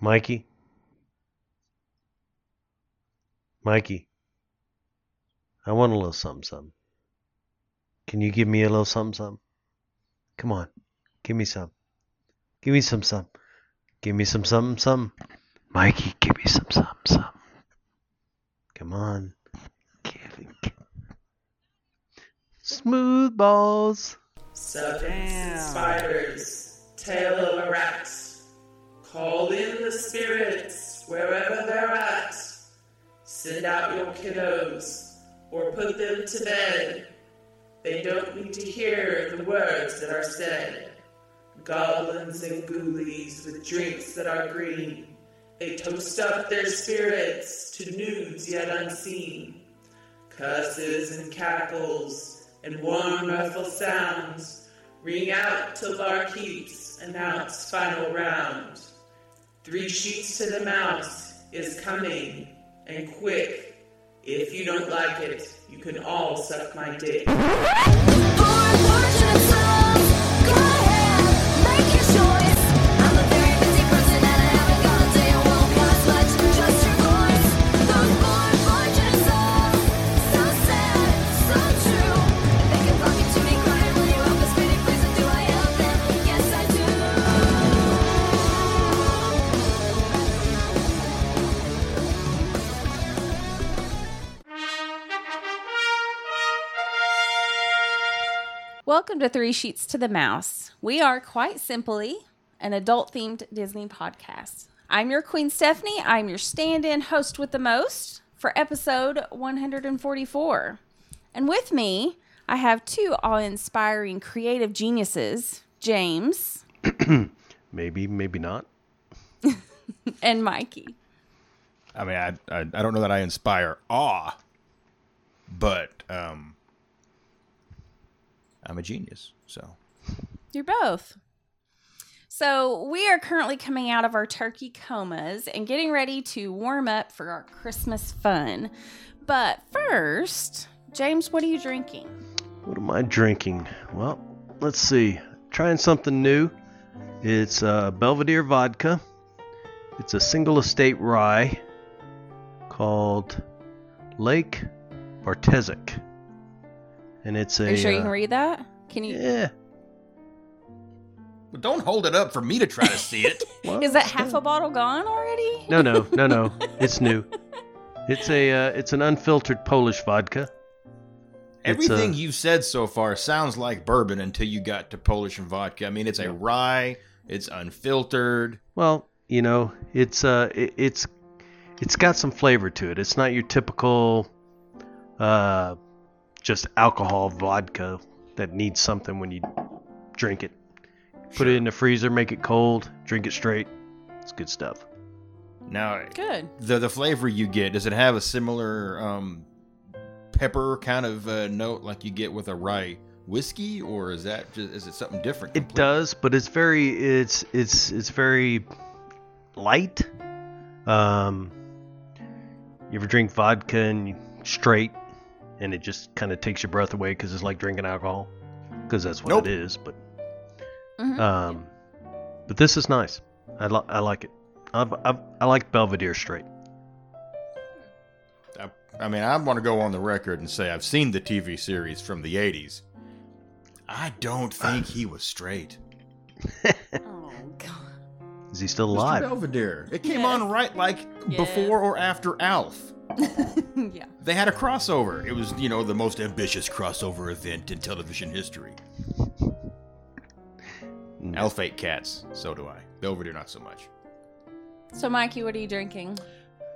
Mikey? Mikey, I want a little something, something. Can you give me a little something, something? Come on, give me some. Give me some, some. Give me some, some, some. Mikey, give me some, some, some. Come on. Give it. Smooth balls. Seven spiders, tail of a rat. Call in the spirits wherever they're at. Send out your kiddos or put them to bed. They don't need to hear the words that are said. Goblins and ghoulies with drinks that are green. They toast up their spirits to nudes yet unseen. Curses and cackles and warm ruffle sounds ring out till our keeps announce final round. Three sheets to the mouse is coming and quick. If you don't like it, you can all suck my dick. Welcome to Three Sheets to the Mouse. We are quite simply an adult themed Disney podcast. I'm your Queen Stephanie. I'm your stand in host with the most for episode 144. And with me, I have two awe inspiring creative geniuses, James Maybe, maybe not. and Mikey. I mean, I, I I don't know that I inspire awe, but um, I'm a genius. So You're both. So, we are currently coming out of our turkey comas and getting ready to warm up for our Christmas fun. But first, James, what are you drinking? What am I drinking? Well, let's see. Trying something new. It's uh, Belvedere vodka. It's a single estate rye called Lake Bartesic. And it's a. Are you sure you uh, can read that? Can you? Yeah. but don't hold it up for me to try to see it. well, Is that it's half good. a bottle gone already? No, no, no, no. It's new. It's a. Uh, it's an unfiltered Polish vodka. It's, uh, Everything you've said so far sounds like bourbon until you got to Polish and vodka. I mean, it's a rye. It's unfiltered. Well, you know, it's uh, it, it's it's got some flavor to it. It's not your typical uh, just alcohol vodka that needs something when you drink it. Put it in the freezer, make it cold, drink it straight. It's good stuff. Now, Good. the the flavor you get does it have a similar um, pepper kind of uh, note like you get with a rye whiskey, or is that just, is it something different? It does, but it's very it's it's it's very light. Um, you ever drink vodka and you, straight, and it just kind of takes your breath away because it's like drinking alcohol, because that's what Nope. it is. But Mhm. um, but this is nice. I li- I like it. I've, I've, I like Belvedere straight. I, I mean, I want to go on the record and say I've seen the TV series from the 80s. I don't think he was straight. Oh god. Is he still Mr. alive? Belvedere. It came Yes. on right like Yes. before or after Alf. yeah. They had a crossover. It was, you know, the most ambitious crossover event in television history. No. Alf ate cats. So do I. Belvedere, not so much. So, Mikey, what are you drinking?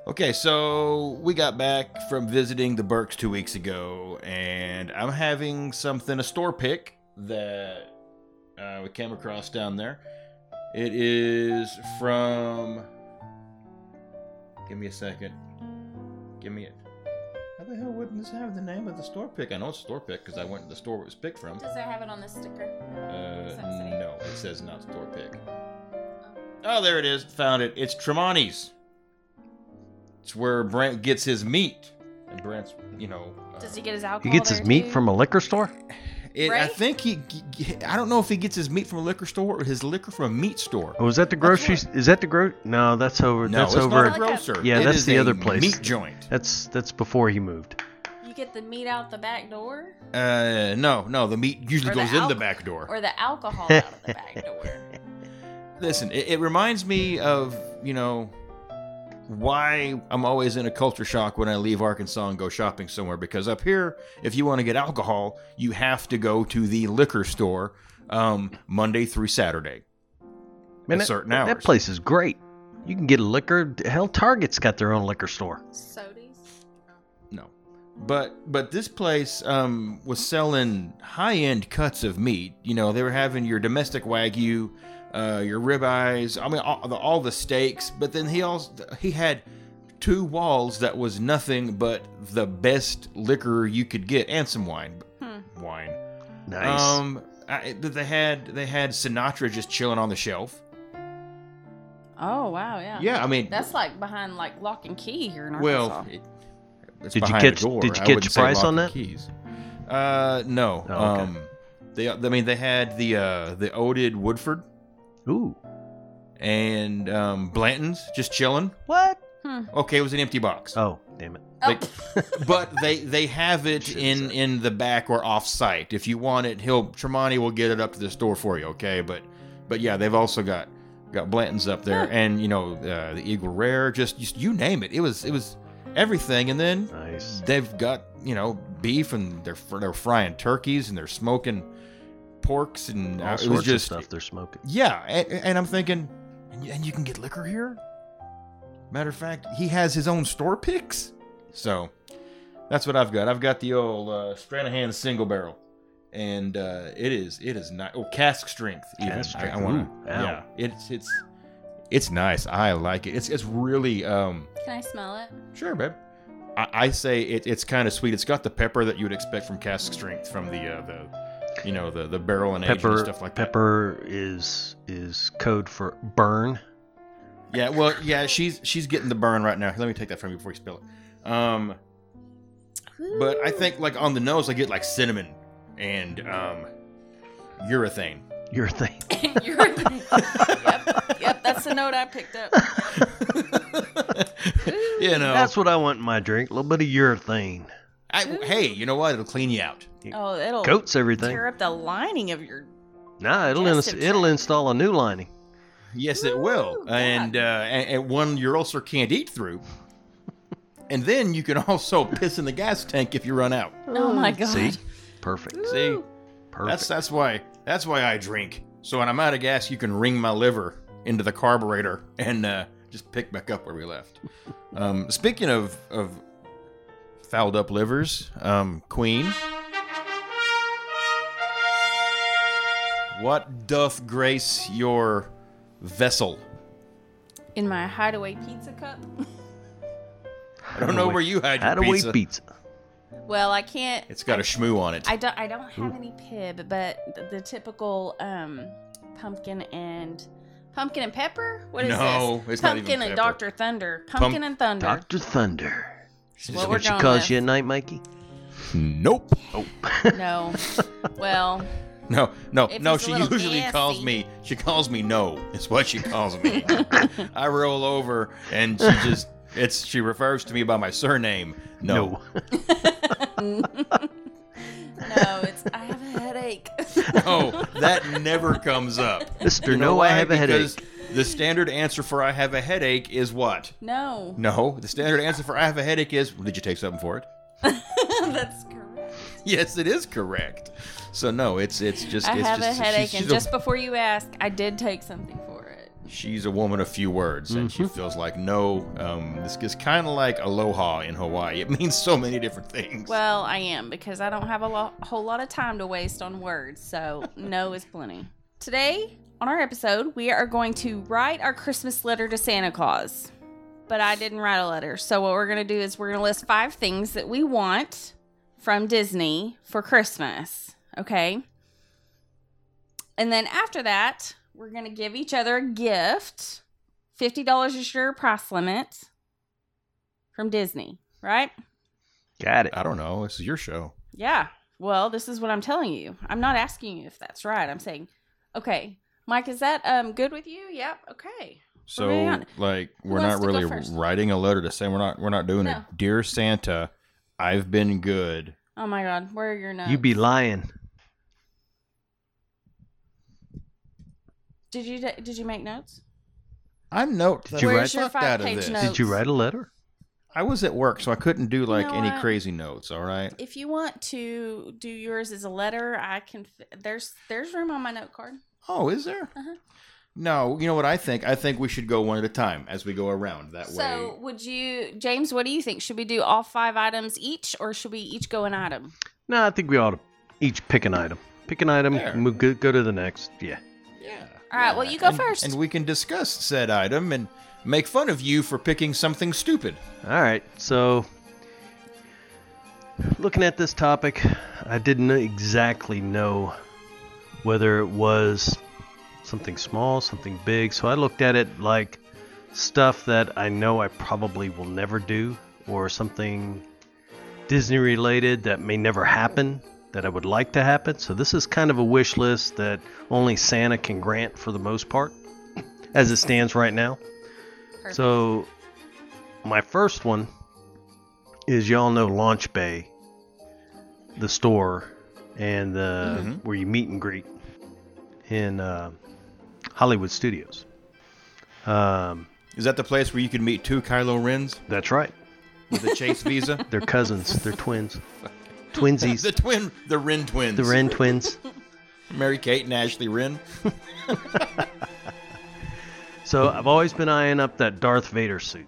Okay, so we got back from visiting the Burks two weeks ago, and I'm having something, a store pick that uh, we came across down there. It is from. Give me a second. Give me it. How the hell wouldn't this have the name of the store pick? I know it's a store pick because I went to the store it was picked from. Does it have it on the sticker? Uh, that say? no, it says not store pick. Oh, there it is. Found it. It's Tremonti's. It's where Brent gets his meat. And Brent's, you know. uh, Does he get his alcohol? He gets there his meat too? from a liquor store. It, I Right? think he. g- g- I don't know if he gets his meat from a liquor store or his liquor from a meat store. Oh, is that the grocery? what- Is that the gro? No, that's over. no, that's it's over. not a Like a- grocer. Yeah, It that's is the a other place. Meat joint. That's that's before he moved. You get the meat out the back door Uh, no, no, the meat usually Or the goes in the alc- back door. or the alcohol out of the back door. Listen, it, it reminds me of you know why I'm always in a culture shock when I leave Arkansas and go shopping somewhere because up here, if you want to get alcohol, you have to go to the liquor store um, Monday through Saturday. Man, At that, certain that hours. place is great. You can get liquor. Hell, Target's got their own liquor store. Sodies. No. But but this place um, was selling high end cuts of meat. You know, they were having your domestic wagyu, uh, your ribeyes. I mean, all the, all the steaks. But then he also he had two walls that was nothing but the best liquor you could get and some wine. Hmm. Wine. Nice. Um, I, they had they had Sinatra just chilling on the shelf. Oh wow, yeah. Yeah, I mean, That's like behind like lock and key here in Arkansas. Well, it- it's Did you behind the catch- door. did you I catch wouldn't your say price lock on and that? Keys. Uh, no. Oh, okay. Um, they, I mean, they had the uh, the Oded Woodford Ooh, and um, Blanton's just chilling. what? Okay, it was an empty box, Oh, damn it. Oh, like- but they they have it Should've in said. in the back or off site. If you want it, he'll Tremonti will get it up to the store for you. Okay, but but yeah, they've also got got Blanton's up there, Huh. and you know uh, the Eagle Rare, just, just you name it. It was it was everything, and then Nice. they've got you know beef and they're fr- they're frying turkeys and they're smoking porks and All uh, it was sorts just of stuff they're smoking. yeah and, and I'm thinking and you, and you can get liquor here. Matter of fact, he has his own store picks, so that's what I've got. I've got the old uh, Stranahan single barrel, and uh, it is it is not oh cask strength even. Cask I, I strength, want ooh, to ow. yeah it's it's it's nice. I like it. It's it's really um. Can I smell it? Sure, babe. I, I say it, it's kind of sweet. It's got the pepper that you would expect from cask strength, from the uh, the you know the the barrel and aging and Pepper. stuff like pepper is is code for burn. that. Yeah, well, yeah, she's she's getting the burn right now. Let me take that from you before you spill it. Um, but I Ooh. think like on the nose, I get like cinnamon and um, urethane. Your thing. You're yep, yep, that's the note I picked up. you know, That's what I want in my drink. A little bit of urethane. I, hey, you know what? It'll clean you out. Oh, it'll Coats everything. tear up the lining of your Nah, it'll ins- digestive it'll tract. install a new lining. Yes, it will, Ooh, God. and, uh, and and one your ulcer can't eat through. and then you can also piss in the gas tank if you run out. Oh my god. See, perfect. See, Ooh. Perfect. that's that's why that's why I drink. So when I'm out of gas, you can wring my liver into the carburetor and uh, just pick back up where we left. um, speaking of of fouled up livers, um, Queen. What doth grace your vessel? In my hideaway pizza cup. I don't know where you hide your How do we pizza. pizza? Well, I can't It's got a schmoo on it. I don't I don't have any pib, but the, the typical um pumpkin and pumpkin and pepper? What is No, this? it's not even pumpkin and pepper. Dr. Thunder. Pumpkin and Thunder. Doctor Thunder. Is Is what we're what she going calls with. you at night, Mikey? Nope. Oh, No. well, No, no, If no. it's a She little usually calls gassy. me. She calls me no. It's what she calls me. I roll over and she just. It's she refers to me by my surname. No. no, it's I have a headache. No, that never comes up. Mister. You know no, I why? have a headache. Because The standard answer for I have a headache is what? no. No, the standard answer for I have a headache is well, did you take something for it? That's correct. Yes, it is correct. So no, it's it's just I it's have just, a headache, she's and a- just before you ask, I did take something for it. She's a woman of few words, and Mm-hmm. she feels like no. Um, this is kind of like aloha in Hawaii. It means so many different things. Well, I am because I don't have a lo- whole lot of time to waste on words, so no is plenty. Today, on our episode, we are going to write our Christmas letter to Santa Claus. But I didn't write a letter. So, what we're going to do is we're going to list five things that we want from Disney for Christmas. Okay. And then after that, we're going to give each other a gift. $50 is your price limit from Disney, right? Got it. I don't know. This is your show. Yeah. Well, this is what I'm telling you. I'm not asking you if that's right. I'm saying, okay, Mike, is that um good with you? Yep. Okay. So moving on. like Who we're wants not to go really first? writing a letter to say we're not we're not doing No. it. Dear Santa, I've been good. Oh my God, where are your notes? You be lying. Did you did you make notes? I'm note. Did the you Where's fuck your out of five-page this. note? Did you Notes. write a letter? I was at work, so I couldn't do like know any what? crazy notes. All right. If you want to do yours as a letter, I can. F- there's there's room on my note card. Oh, is there? Uh-huh. No, you know what I think? I think we should go one at a time as we go around. That So would you, James? What do you think? Should we do all five items each, or should we each go an item? No, I think we ought to each pick an item. Pick an item, There. move, go, go to the next. Yeah. way. Yeah. All right, well, you go And- first. And we can discuss said item and make fun of you for picking something stupid. All right. So, looking at this topic, I didn't exactly know whether it was something small, something big. So I looked at it like stuff that I know I probably will never do, or something Disney related that may never happen that I would like to happen. So this is kind of a wish list that only Santa can grant for the most part, as it stands right now. Perfect. So, my first one is y'all know Launch Bay, the store, and the Mhm. where you meet and greet in uh, Hollywood Studios. Um, Is that the place where you can meet two Kylo Rens that's right. with a Chase Visa? They're cousins. They're twins. the Twinsies. twin, the Ren twins. The Wren twins. Mary Kate and Ashley Wren. So I've always been eyeing up that Darth Vader suit.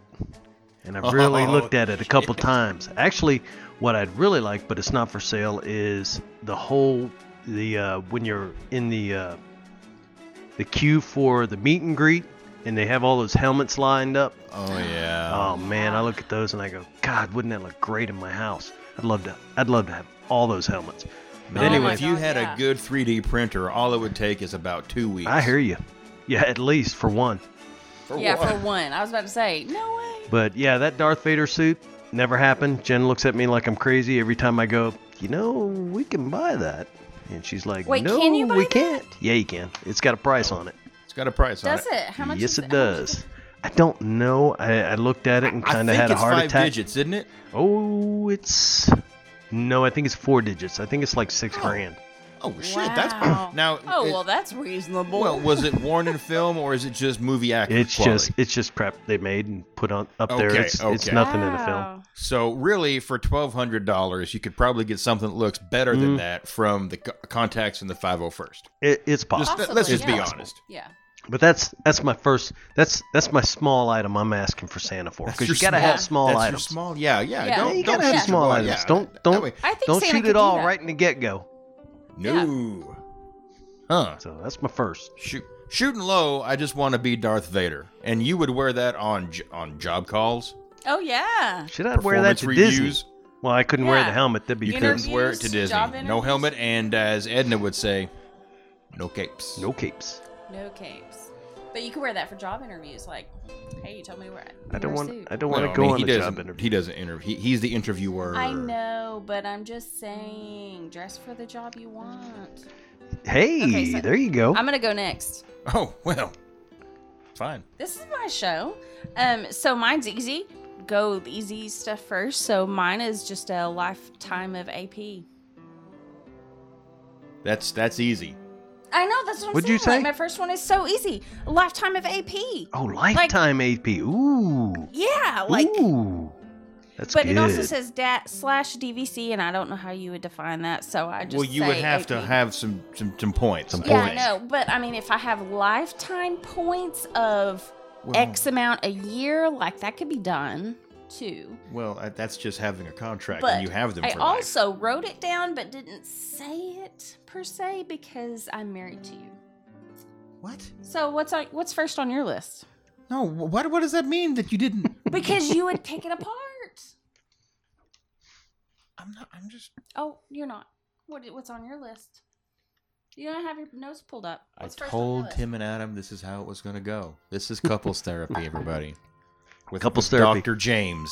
And I've really Oh, looked at it a couple times. Actually, what I'd really like, but it's not for sale, is the whole the uh, when you're in the uh, the queue for the meet and greet, and they have all those helmets lined up. Oh yeah. Oh man, I look at those and I go, God, wouldn't that look great in my house? I'd love to. I'd love to have all those helmets. But Man, anyway, if you Oh God, had yeah. a good 3D printer, all it would take is about two weeks. I hear you. Yeah, at least for one. For yeah, what? for one. I was about to say, no way. But yeah, that Darth Vader suit never happened. Jen looks at me like I'm crazy every time I go, you know, we can buy that. And she's like, Wait, no, can you buy we that?" can't. Yeah, you can. It's got a price on it. It's got a price on Does it? How much? yes, is it how much is does. I don't know. I, I looked at it and I kind of think had a it's heart five attack. digits, isn't it? Oh, it's. No, I think it's four digits. I think it's like six Oh. grand. Oh shit, Wow. that's now. Oh it- well, that's reasonable. well, was it worn in film or is it just movie actor? It's quality? just it's just prep they made and put on up there. Okay, It's, it's okay. nothing in the film. Wow. so really for twelve hundred dollars, you could probably get something that looks better Mm. than that from the co- contacts in the five hundred first. It, it's possible. Just Possibly, let's just be yeah. honest. Yeah. But that's that's my first that's that's my small item I'm asking for Santa for because you gotta have small that's items. Your small, yeah, yeah. Yeah. Don't, Yeah, you don't gotta have shoot your small boy, items. yeah. Don't That don't way- I think don't Santa shoot could it do all right that. in the get go. Yeah. no. Huh? So that's my first. Shoot, shooting low. I just want to be Darth Vader, and you would wear that on j- on job calls. Oh yeah. Should I wear that to performance Disney? Well, I couldn't wear Yeah. the helmet. That'd be You because couldn't Interviews, wear it to Disney. job No interviews. helmet, and as Edna would say, no capes. no capes. No capes. But you could wear that for job interviews. Like, hey, you told me to wear. I don't wear a want suit." I don't No, want I to go mean, on he a doesn't, job interview. He doesn't interview. He, he's the interviewer. I know, but I'm just saying, dress for the job you want. Hey, Okay, so- there you go. I'm gonna go next. Oh well, fine. This is my show. Um, so mine's easy. Go with easy stuff first. So mine is just a lifetime of AP. That's that's easy. I know that's what I'm What'd saying. you Like, say? my first one is so easy. A lifetime of AP. oh, lifetime AP. Ooh, Yeah, like ooh, that's but good. it also says dat slash DVC, and I don't know how you would define that. So I just well, you would say have to AP. have some some, some points. Some I Yeah, I points. think. know, but I mean, if I have lifetime points of Well, X amount a year, like that could be done too. Well, I- that's just having a contract, But and you have them. I for life. also wrote it down but didn't say it per se because I'm married to you. what? So what's on, what's first on your list? No. wh- What what does that mean that you didn't? Because you would pick it apart. I'm not. I'm just. Oh, you're not. What what's on your list? You don't have your nose pulled up. I What's first on your told list? Tim and Adam this is how it was going to go. This is couples therapy, everybody. With Couples with therapy. Dr. James.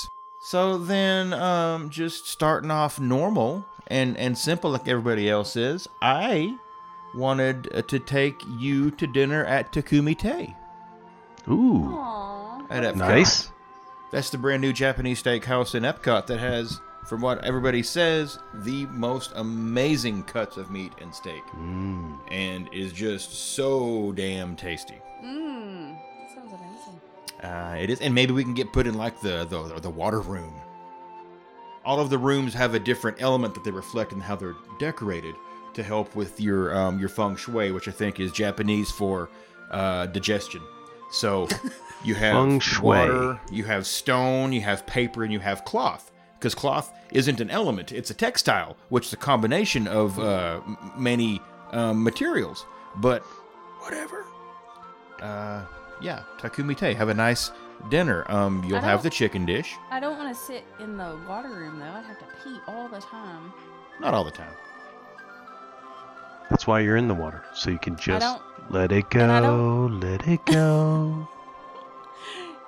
So then, um, just starting off normal and and simple like everybody else is. I wanted uh, to take you to dinner at Takumi Tei. "Oh, Ooh. Aww. At Epcot. Nice. That's the brand new Japanese steakhouse in Epcot that has, from what everybody says, the most amazing cuts of meat and steak, Mm. and is just so damn tasty. Mmm. That sounds amazing. Uh, it is, and maybe we can get put in like the the the water room. All of the rooms have a different element that they reflect in how they're decorated to help with your um, your feng shui, which I think is Japanese for uh, digestion. So you have Feng shui. water, you have stone, you have paper, and you have cloth. Because cloth isn't an element; it's a textile, which is a combination of uh, m- many um, materials. But whatever uh, yeah, Takumi Tei. Have a nice dinner. Um, you'll I have don't- the chicken dish. I don't want to sit in the water room though. I'd have to pee all the time. Not all the time. That's why you're in the water, so you can just don't- let it and I go, let it go.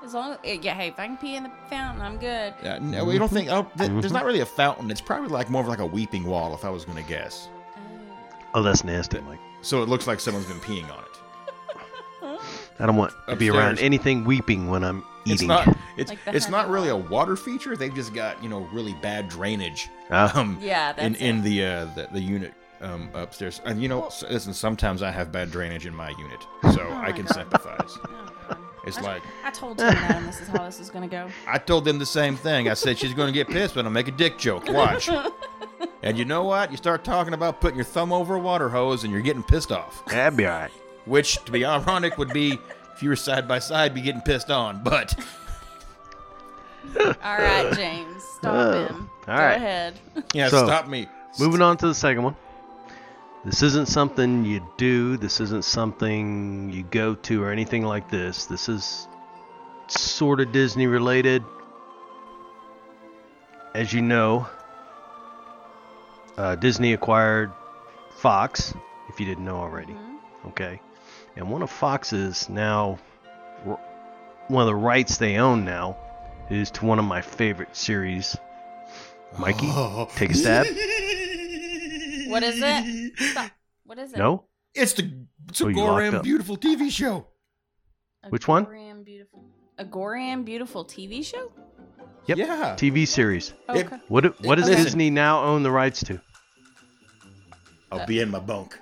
As long as yeah, hey, if I can pee in the fountain, I'm good. Uh, no, we Mhm. don't think. Oh, th- there's not really a fountain. It's probably like more of like a weeping wall, if I was gonna guess. Uh, Oh, that's nasty, Mike. So it looks like someone's been peeing on it. I don't want to be around Upstairs. anything weeping when I'm It's eating. not. It's Like the it's not honey really a water feature. They've just got you know really bad drainage. Ah. Um, yeah, that's in it. in the uh the, the unit um upstairs. And you know, s- listen. Sometimes I have bad drainage in my unit, so Oh I my can God. sympathize. Oh, God. It's I, like- I told Tim that, and this is how this is gonna go. I told them the same thing. I said she's gonna get pissed when I make a dick joke. Watch. and you know what? You start talking about putting your thumb over a water hose, and you're getting pissed off. That'd be alright. Which, to be ironic, would be if you were side by side, be getting pissed on. But All right, James, stop him. all go right. ahead. yeah, So, stop me. Moving on to the second one. This isn't something you do. This isn't something you go to or anything like this. This is sort of Disney related. As you know, uh, Disney acquired Fox, if you didn't know already. Okay. And one of Fox's now, one of the rights they own now is to one of my favorite series. Mikey, Oh. take a stab. What is it? Stop. What is it? No? It's the it's a Oh, you locked Goram up. beautiful TV show. A Which one? Goram Beautiful. A Goram Beautiful TV show? Yep. Yeah. TV series. Okay. It- What do- what does Listen. Disney now own the rights to? I'll be in my bunk.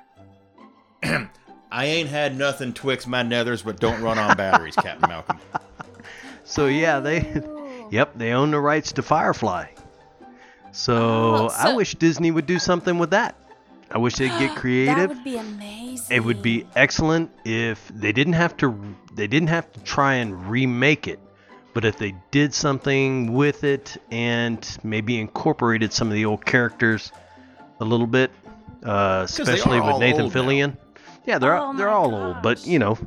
I ain't had nothing twixt my nethers, but don't run on batteries, Captain Malcolm. So yeah, they Oh. Yep, they own the rights to Firefly. So, Oh, I so- wish Disney would do something with that. I wish they'd get That creative. would be amazing. it would be excellent if they didn't have to they didn't have to try and remake it, but if they did something with it and maybe incorporated some of the old characters a little bit, uh, they especially are with all Nathan old now. Fillion. Yeah, they're Oh they're my all old, but you know,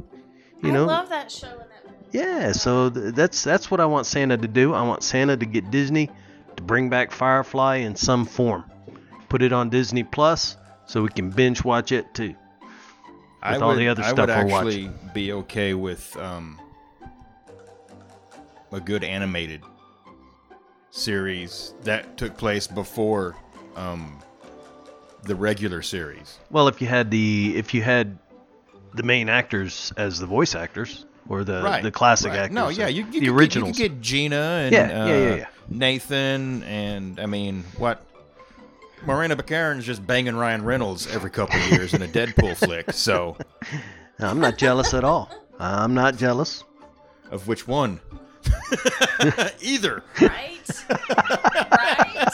you know, I love that show. And that movie. yeah, so th- that's that's what I want Santa to do. I want Santa to get Disney to bring back Firefly in some form. Put it on Disney Plus so we can binge watch it too. I with all the other I stuff would we're actually be okay with um, a good animated series that took place before um, the regular series. Well, if you had the if you had the main actors as the voice actors or the right. the classic right. actors. No, yeah, you, the you, could, originals. Get, you could get Gina and Yeah, yeah, uh, yeah, yeah. Nathan and I mean what. Marina Baccarin's just banging Ryan Reynolds every couple of years in a Deadpool flick. So, I'm not jealous at all. I'm not jealous. of which one? Either. Right? right?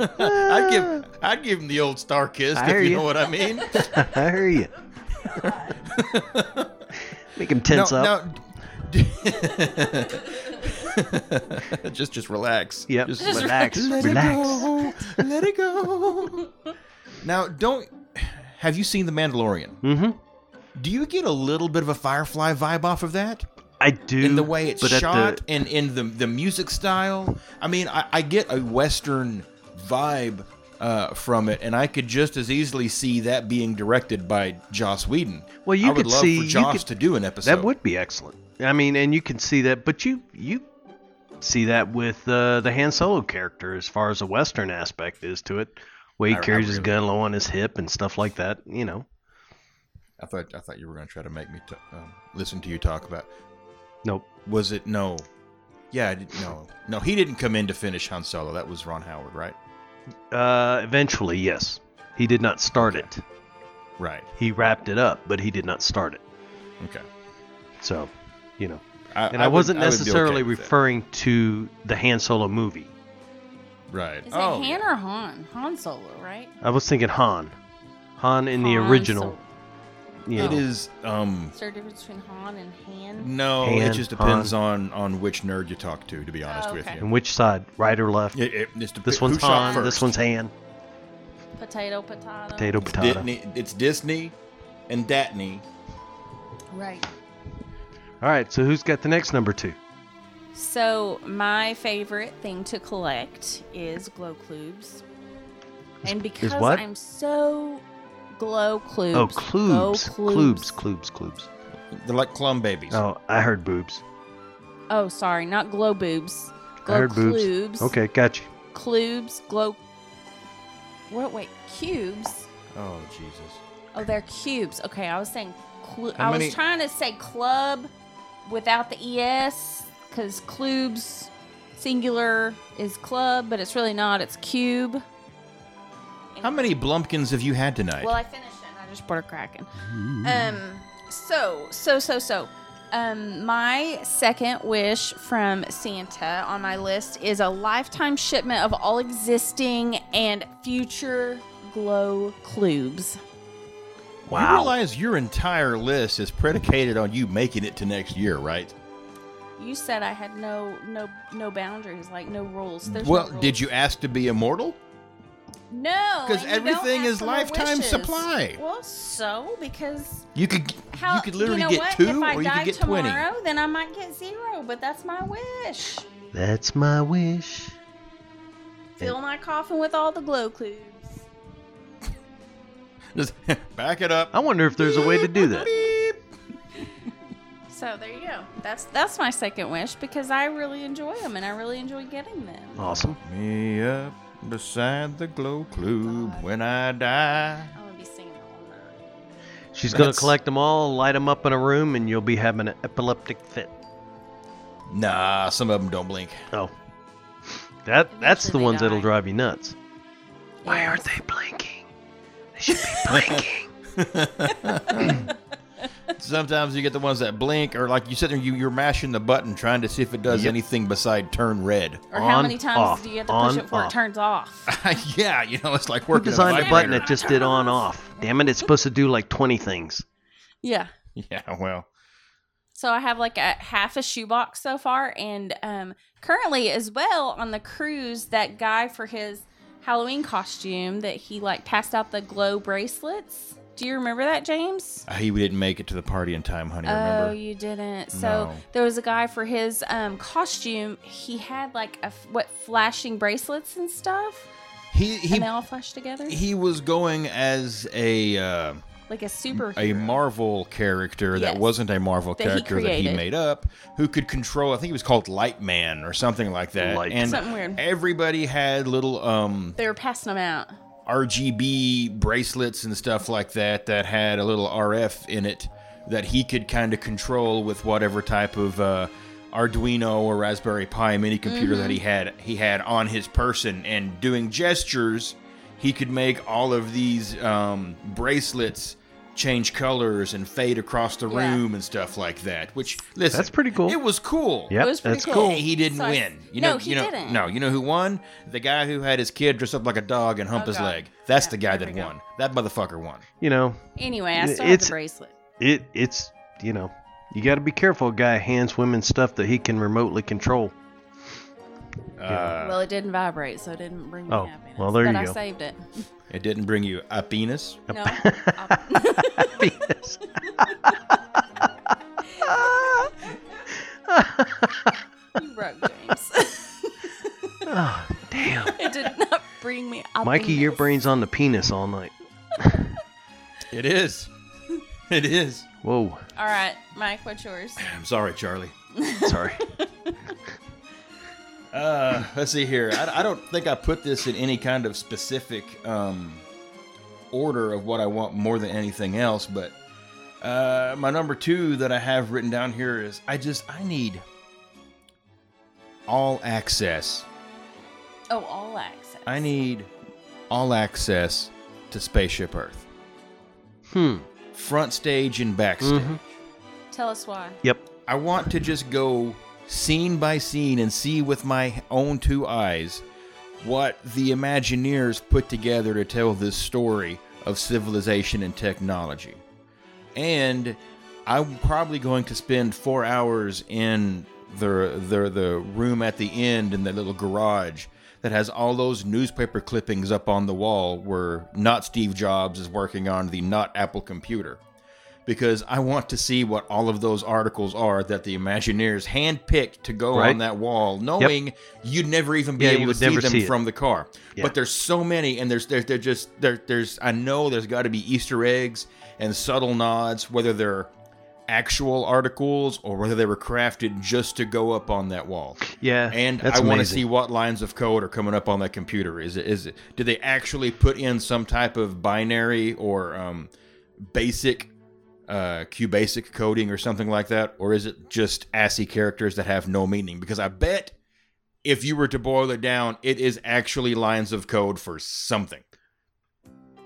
I'd give I'd give him the old star kiss I if hear you ya. know what I mean. I hear you. Make him tense no, up. no. just just relax. Yep. Just Just relax. Let Relax. it go. Let it go. now, don't have you seen The Mandalorian? Mm-hmm. Do you get a little bit of a Firefly vibe off of that? I do. in the way it's but at shot the- and in the the music style. I mean, I, I get a Western vibe uh, from it, and I could just as easily see that being directed by Joss Whedon. Well, you I would could love see- for you Joss could- to do an episode. That would be excellent. I mean, and you can see that, but you you see that with uh, the Han Solo character as far as the Western aspect is to it. Way he I- I carries his really- gun low on his hip and stuff like that, you know. I thought I thought you were going to try to make me t- um, listen to you talk about. Nope. Was it no? Yeah, I did, no, no. He didn't come in to finish Han Solo. That was Ron Howard, right? Uh, eventually, yes. He did not start it. Right. He wrapped it up, but he did not start it. Okay. So, you know. And would- I, wasn't I would be okay necessarily with that. referring to the Han Solo movie. Right. Is oh, it yeah. Han or Han? Han Solo, right? I was thinking Han. Han in the Han original. Solo. You It know. is. Um. Is there a difference between Han and Han? No, it Han, just depends on on which nerd you talk to. To be honest Oh, with okay. you. And which side, right or left? It, it, it's dep- This who one's shot Han. This first. one's Han. Potato, potato. Mm. Potato, potato. Disney. It's Disney, and Datney. Right. All right. So who's got the next number two? So my favorite thing to collect is glow clubes, and because what? I'm so glow clubes, Oh, glow Kloobs. Kloobs. Kloobs. Kloobs. They're like Clum babies. Oh, I heard boobs. Oh, sorry, not glow boobs. Glow I heard boobs. clubes. Okay, got you. Clubes. Glow. What? Wait. Cubes. Oh, Jesus. Oh, they're cubes. Okay, I was saying. Clu- How I many- was trying to say club without the E es because clubes singular is club, but it's really not. It's cube. How many Blumpkins have you had tonight? Well, I finished it. and I just bought a kraken. Mm-hmm. Um. So so so so. Um, my second wish from Santa on my list is a lifetime shipment of all existing and future glow clubes. Wow. You realize your entire list is predicated on you making it to next year, right? You said I had no no no boundaries, like no rules. There's well, no rules. did you ask to be immortal? No, 'Cause and you don't everything ask is for no lifetime wishes. supply. Well, so because You could how you could literally know get what? two if I or you die could get tomorrow, then I might get zero, but that's my wish. That's my wish. Fill my coffin with all the glow clues. 20. Just back it up. I wonder if there's a way to do that. So there you go. That's that's my second wish because I really enjoy them and I really enjoy getting them. Awesome. Me up beside the glow club when I die. I'm gonna be singing all night. She's gonna That's- collect them all, light them up in a room, and you'll be having an epileptic fit. Nah, some of them don't blink. Oh, that that's the Eventually they ones that'll die. drive you nuts. Why Yeah. aren't they blinking? They should be blinking. Sometimes you get the ones that blink, or like you sit there, you, you're mashing the button trying to see if it does Yep. anything beside turn red. Or how On, many times off, do you have to on, push it before off. it turns off? yeah, you know, it's like Who working a designed a button vibrator. that just did on off? Damn it! It's supposed to do like twenty things. yeah. Yeah, well. So I have like a half a shoebox so far, and um, currently as well on the cruise, that guy for his Halloween costume that he like passed out the glow bracelets. Do you remember that, James? Uh, He didn't make it to the party in time, honey. Oh, Remember? you didn't. So No. there was a guy for his um, costume. He had like a f- what flashing bracelets and stuff, he he and they all flashed together he was going as a uh, like a superhero. a Marvel character that Yes. wasn't a Marvel That he character that he created. made up, who could control. I think he was called Light Man or something like that. Light- and Something weird. everybody had little um, they were passing them out. RGB bracelets and stuff like that that had a little RF in it that he could kind of control with whatever type of uh, Arduino or Raspberry Pi mini computer that he had he had on his person and doing gestures he could make all of these um, bracelets change colors and fade across the Yeah. room and stuff like that which listen That's pretty cool. it was cool Yep, was pretty that's cool. cool. yeah, he didn't So I- win. You no, know, he you know, didn't. No, you know who won? The guy who had his kid dressed up like a dog and hump Oh, his God. leg. That's Yeah, the guy there that we go. won. That motherfucker won. You know, Anyway, I It- still have the it's- bracelet. it it's you know, you got to be careful. A guy hands women stuff that he can remotely control. Uh, well, it didn't vibrate, so it didn't bring me Oh, happiness. well, there but you I go. saved it. it didn't bring you a penis. No. Yes. you broke, James. oh, damn, it did not bring me up. Mikey, in your this. brain's on the penis all night. It is. It is. Whoa, All right, Mike, what's yours? I'm sorry, Charlie. sorry. Uh, let's see here. I, I don't think I put this in any kind of specific um, order of what I want more than anything else, but uh, my number two that I have written down here is I just I need all access. Oh, all access. I need all access to Spaceship Earth, Hmm. front stage and backstage. Mhm. Tell us why. Yep. I want to just go scene by scene and see with my own two eyes what the Imagineers put together to tell this story of civilization and technology. And I'm probably going to spend four hours in the the the room at the end in the little garage that has all those newspaper clippings up on the wall where not Steve Jobs is working on the not Apple computer because I want to see what all of those articles are that the Imagineers handpicked to go Right. on that wall, knowing you'd never even be Yeah, you able to would see never them see it. from the car. Yeah. But there's so many, and there's there's they're just there there's I know there's got to be Easter eggs and subtle nods, whether they're actual articles or whether they were crafted just to go up on that wall. Yeah. And that's I want to amazing. see what lines of code are coming up on that computer. Is it is it did they actually put in some type of binary or um, basic uh, QBasic coding or something like that, or is it just ASCII characters that have no meaning? Because I bet if you were to boil it down, it is actually lines of code for something.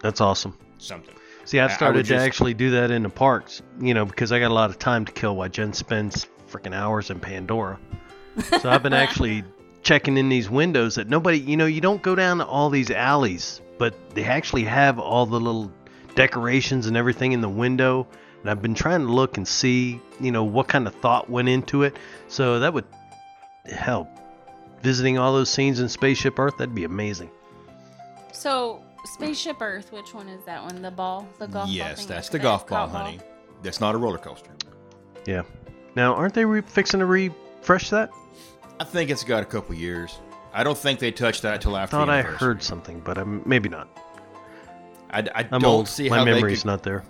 That's awesome. Something. See, I- I I've would started to just- actually do that in the parks, you know, because I got a lot of time to kill while Jen spends freaking hours in Pandora. So I've been actually checking in these windows that nobody, you know, you don't go down to all these alleys, but they actually have all the little decorations and everything in the window. And I've been trying to look and see, you know, what kind of thought went into it. So that would help. Visiting all those scenes in Spaceship Earth, that'd be amazing. So, Spaceship Earth, which one is that one? The ball? The golf ball? yes, thing? that's the golf ball, cop honey. That's not a roller coaster. Yeah. Now, aren't they re- fixing to refresh that? I think it's got a couple years. I don't think they touched that till after. thought the I anniversary. heard something, but I'm, maybe not. I, I I'm don't old. see My how they memory's could not there.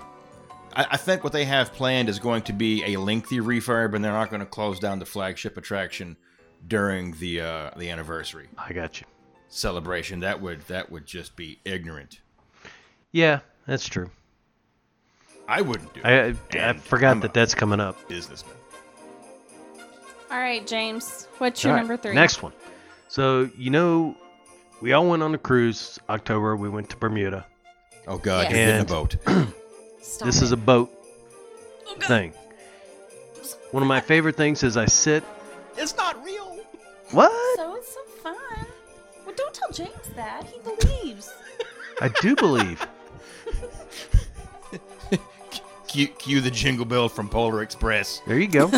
I, I think what they have planned is going to be a lengthy refurb, and they're not going to close down the flagship attraction during the uh, the anniversary I got you. celebration. That would that would just be ignorant. Yeah, that's true. I wouldn't do. I I, it. I And forgot I'm that a that's coming up. businessman. All right, James, what's your All right, number three? Next one. So you know, we all went on a cruise. October, we went to Bermuda. Oh God, Yes. you're getting a And- boat. Stop this it. is a boat Oh, thing. One of my favorite things is I sit. it's not real. What? So it's so fun. Well, don't tell James that. He believes. I do believe. Cue, cue the jingle bell from Polar Express. There you go.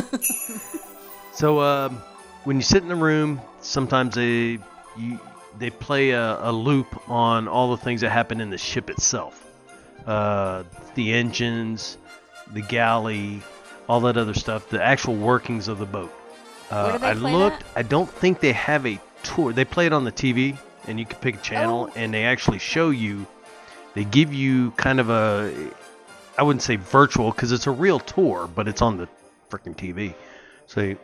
so um, when you sit in a room, sometimes they you, they play a, a loop on all the things that happen in the ship itself, uh, the engines, the galley, all that other stuff, the actual workings of the boat. Uh, Where do they I play looked. that? I don't think they have a tour. They play it on the TV, and you can pick a channel, Oh. and they actually show you. They give you kind of a I wouldn't say virtual because it's a real tour, but it's on the freaking TV. So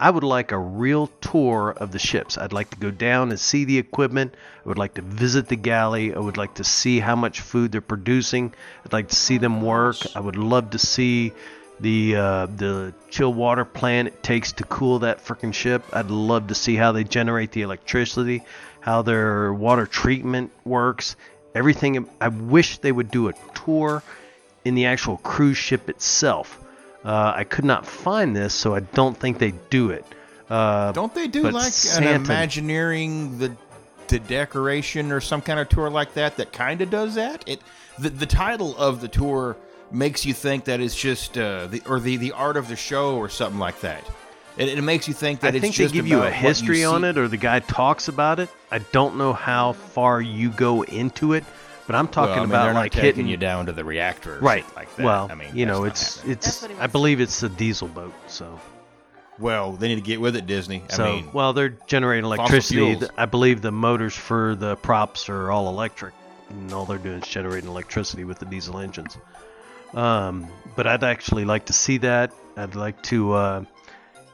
I would like a real tour of the ships. I'd like to go down and see the equipment. I would like to visit the galley. I would like to see how much food they're producing. I'd like to see them work. I would love to see the uh, the chill water plant it takes to cool that freaking ship. I'd love to see how they generate the electricity, how their water treatment works, everything. I wish they would do a tour in the actual cruise ship itself. Uh, I could not find this, so I don't think they do it. Uh, Don't they do But like an Santa- Imagineering the the decoration or some kind of tour like that that kind of does that? It the, the title of the tour makes you think that it's just uh, the or the the art of the show or something like that. It, it makes you think that I it's think they just give you about a what history see. on it, or the guy talks about it. I don't know how far you go into it, but I'm Well, talking I mean, about they're not like taking hitting you down to the reactor, or right. shit Like that. Well, I mean, you know, that's it's not it's. That's what he I wants. believe it's a diesel boat, so happening. well, they need to get with it, Disney. I so mean, well they're generating fossil electricity. fuels. I believe the motors for the props are all electric, and all they're doing is generating electricity with the diesel engines. Um, but I'd actually like to see that. I'd like to, uh,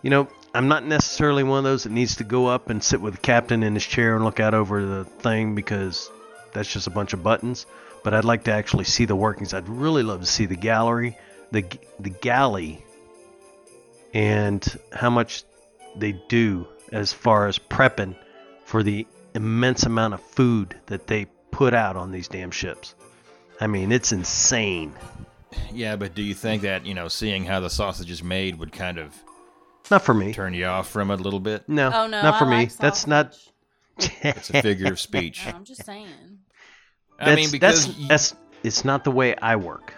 you know, I'm not necessarily one of those that needs to go up and sit with the captain in his chair and look out over the thing because that's just a bunch of buttons. But I'd like to actually see the workings. I'd really love to see the gallery, the g- the galley, and how much they do as far as prepping for the immense amount of food that they put out on these damn ships. I mean, it's insane. Yeah, but do you think that, you know, seeing how the sausage is made would kind of Not for me. turn you off from it a little bit? No, Oh no, not for I me. like That's sausage. not. It's a figure of speech. No, I'm just saying. I mean, because that's, you- that's it's not the way I work.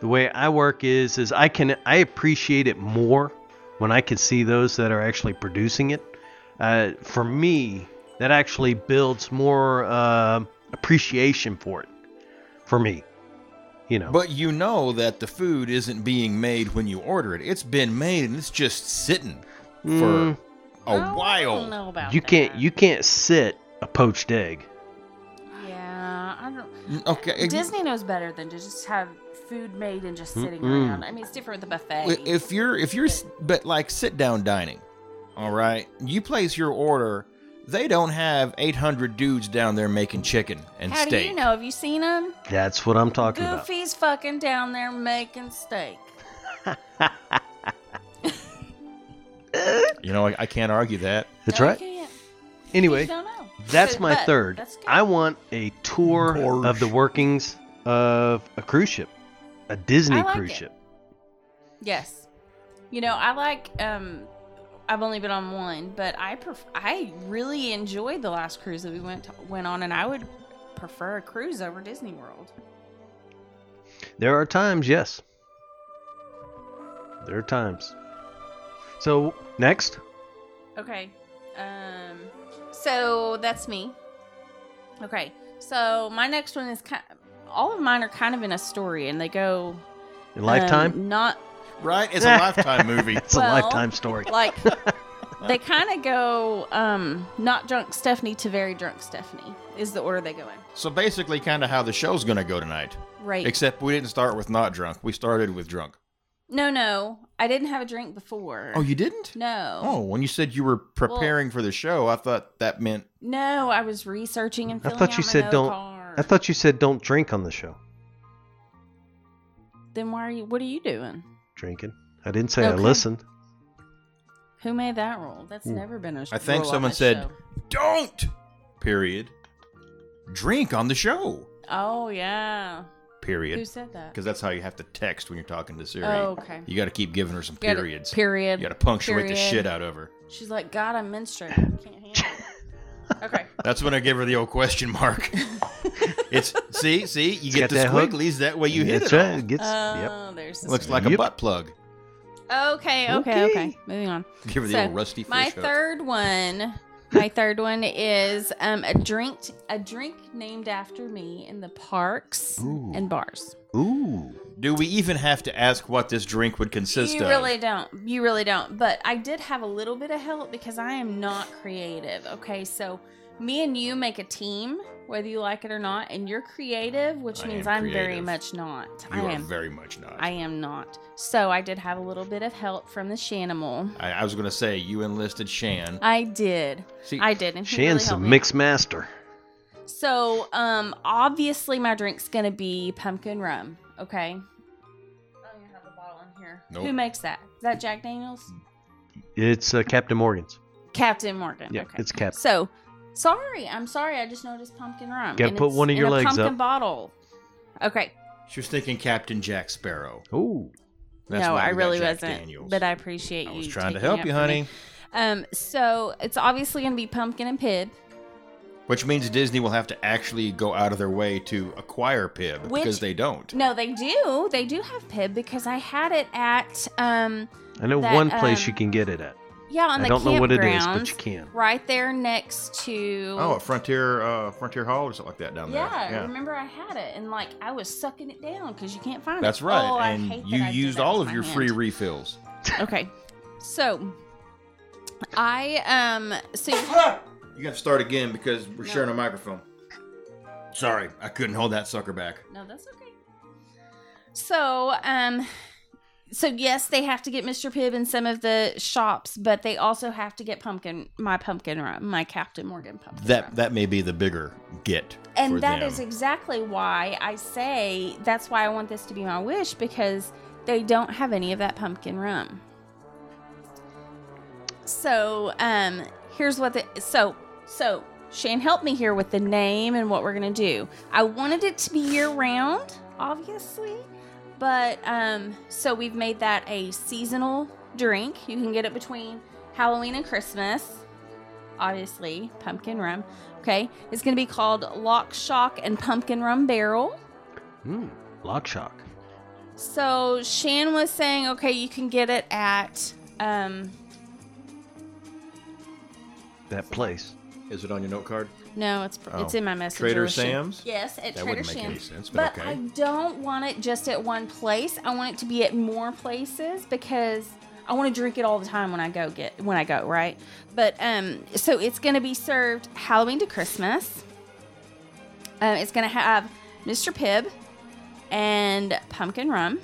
The way I work is is I can I appreciate it more when I can see those that are actually producing it. Uh, for me, that actually builds more uh, appreciation for it. For me, you know. But you know that the food isn't being made when you order it. It's been made and it's just sitting for Mm. a Oh, I while. don't know about you can't that. you can't sit a poached egg. Yeah, I don't. Mm, Okay. Disney knows better than to just have food made and just sitting Mm-mm. around. I mean, it's different with the Well, buffet. If you're if you're s- but like sit down dining, all right. You place your order. They don't have 800 dudes down there making chicken and How steak. do you know? Have you seen them? That's what I'm talking about. Goofy's fucking down there making steak. You know, I, I can't argue that. That's No, you right. can't. Anyway. You don't know. That's So- my but third. that's good. I want a tour of the workings of a cruise ship, a Disney I like cruise it. ship. Yes. You know, I like um I've only been on one, but I pref- I really enjoyed the last cruise that we went to- went on and I would prefer a cruise over Disney World. There are times, yes. There are times. So next, Okay. Um so that's me. Okay. So my next one is kind all of mine are kind of in a story and they go in Lifetime, um, not Right? It's a lifetime movie. it's well, a Lifetime story. like they kind of go um not drunk Stephanie to very drunk Stephanie is the order they go in. So basically, kind of how the show's going to go tonight. Right. Except we didn't start with not drunk. We started with drunk. No, no, I didn't have a drink before. Oh, you didn't? no, Oh, when you said you were preparing for the show, I thought that meant no, I was researching and I filling thought out you my said note don't- card. I thought you said don't drink on the show. Then why are you? What are you doing? Drinking. I didn't say I Okay. listened. Who made that rule? That's never been a. I think rule on someone this said, show. "Don't." Period. Drink on the show. Oh yeah. Who Period. said that? Because that's how you have to text when you're talking to Siri. Oh okay. You got to keep giving her some You gotta- periods. Period. You got to punctuate the Period. shit out of her. She's like, God, I'm menstruating. I can't handle it. Okay. That's when I give her the old question mark. it's see, see, you get got the that hook. squigglies that way. You hit That's it. right, all. it gets- yep. Oh, there's. This Looks like a Yep. butt plug. Okay. Okay. Okay. Moving on. Give her the So, old rusty fish my hook. third one my third one is um, a drink a drink named after me in the parks Ooh. and bars Ooh. Do we even have to ask what this drink would consist you of? really don't you really don't but i did have a little bit of help because i am not creative okay so me and you make a team whether you like it or not and you're creative which I means am i'm very creative. much not i You are am very much not. i am not so i did have a little bit of help from the shanimal I, I was gonna say you enlisted Shan. i did See, i did and he Mm-hmm. really Shan's helped a me. mixed master. So, um, obviously my drink's gonna be pumpkin rum. Okay. I don't even have the bottle in here. Nope. Who makes that? Is that Jack Daniels? It's uh, Captain Morgan's. Captain Morgan. Yeah, okay. it's Cap. So, sorry. I'm sorry. I just noticed pumpkin rum. Gotta and put it's one of in your a legs pumpkin up. bottle. Okay. she was thinking Captain Jack Sparrow. Ooh. That's no, I why we got really Jack wasn't. Daniels. But I appreciate I you. was trying to taking it help up you, for me. honey. Um, so it's obviously gonna be pumpkin and pib. Which means Disney will have to actually go out of their way to acquire Pib Which- because they don't. No, they do. They do have pib because I had it at um, I know That, one place um, you can get it at. yeah, on I the don't know what it is, but campgrounds. you can. right there next to Oh, at Frontier uh, Frontier Hall or something like that down yeah, there. remember I had it and like I was sucking it down because you can't find That's it. right. Oh, I and hate that you I did used that all with of my your hand. free refills. Okay, so I um so You got to start again because we're No. sharing a microphone. Sorry, I couldn't hold that sucker back. no, that's okay. So um, so yes, they have to get Mr. Pibb in some of the shops, but they also have to get pumpkin, my pumpkin rum, my Captain Morgan pumpkin rum. That that may be the bigger get. for and that them. is exactly why I say that's why I want this to be my wish because they don't have any of that pumpkin rum. So, um, here's what the so so Shane help me here with the name and what we're gonna do. I wanted it to be year round, obviously, but um, so we've made that a seasonal drink. You can get it between Halloween and Christmas. Obviously, pumpkin rum. Okay, it's going to be called Lock Shock and Pumpkin Rum Barrel. Hmm. Lock shock. So Shan was saying, okay, you can get it at um That place. Is it on your note card? no, it's it's Oh, in my message. Trader with Shan. Sam's? Yes, at That Trader wouldn't make any Sam's. sense, but but okay. I don't want it just at one place. I want it to be at more places because I want to drink it all the time when I go get when I go, right? But um so it's going to be served Halloween to Christmas. Um, it's going to have Mr. Pibb and pumpkin rum.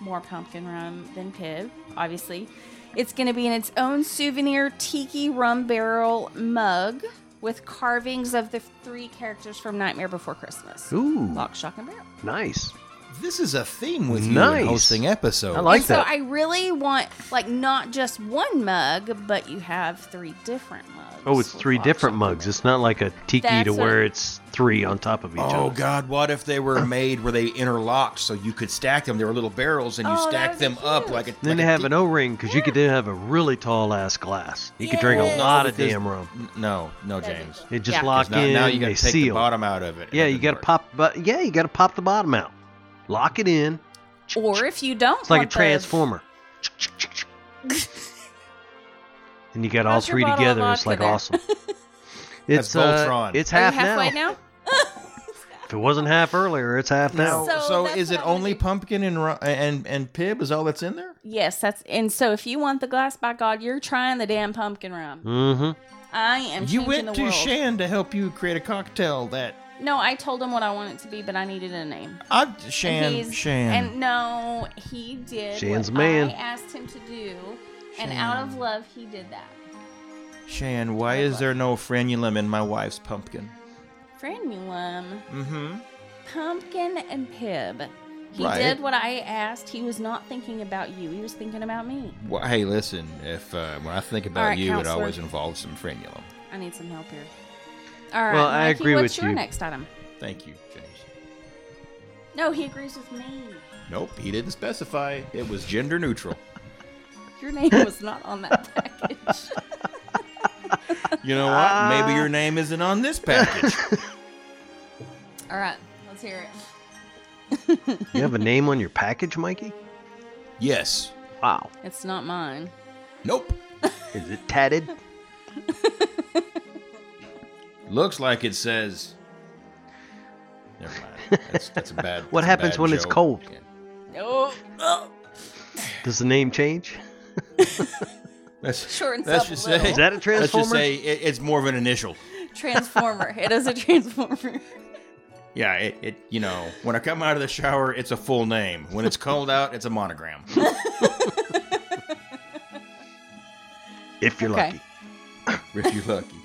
More pumpkin rum than Pibb, obviously. It's going to be in its own souvenir tiki rum barrel mug with carvings of the three characters from Nightmare Before Christmas. Ooh. Lock, shock, and barrel. Nice. This is a theme with you Nice. in hosting episodes. I like and so that. I really want, like, not just one mug, but you have three different mugs. oh, it's with three lock, different shock, and mugs. It's not like a tiki to That's what- where it's three on top of each Oh other. God! What if they were made where they interlocked so you could stack them? They were little barrels, and you Oh, that stack would be them up cute. like a. And then like they a have tea- an O ring because you could then have a really tall ass glass. You could drink a Yes. lot of Because- damn rum. N- No, no, James. It just Yeah. 'Cause lock Now, in. now you got they to take seal. the bottom out of it. Yeah, It you doesn't got to work. pop. But yeah, you got to pop the bottom out. Lock it in. Or if you don't, It's like a want the- transformer. and you got all How's your three bottle of together. It's vodka like there? awesome. It's That's uh, Voltron. It's Are you half halfway now. now. If it wasn't half earlier, it's half now. Now, So so, that's is what it I wanna only do. pumpkin and ru- and and pib is all that's in there? Yes, that's and so if you want the glass, by God, you're trying the damn pumpkin rum. Mm-hmm. I am. You changing went the to world. Shan to help you create a cocktail that No, I told him what I wanted it to be, but I needed a name. I and Shan he's- Shan. And no, he did. Shan's what man. I asked him to do, and out of love, he did that. Shan, why is there no frenulum in my wife's pumpkin? Frenulum, Mm-hmm. pumpkin, and pib. He Right. did what I asked. He was not thinking about you. He was thinking about me. Well, hey, listen. If uh, when I think about All right, you, counselor. it always involves some frenulum. I need some help here. All right, Well, I Mikey, agree what's with your you. next item? Thank you, James. No, he agrees with me. Nope, he didn't specify. It was gender neutral. Your name was not on that package. You know what? Maybe your name isn't on this package. All right, let's hear it. You have a name on your package, Mikey? yes. Wow. It's not mine. Nope. Is it tatted? Looks like it says. Never mind. That's, that's a bad. What that's a happens bad when it's joke. cold? Yeah. Oh, oh. Does the name change? Let's, Shortens let's up a just little. say. Is that a Let's just transformer? say it, it's more of an initial. transformer. it is a transformer. Yeah, it, it. You know, when I come out of the shower, it's a full name. When it's cold out, it's a monogram. if you're Okay. lucky. if you're lucky.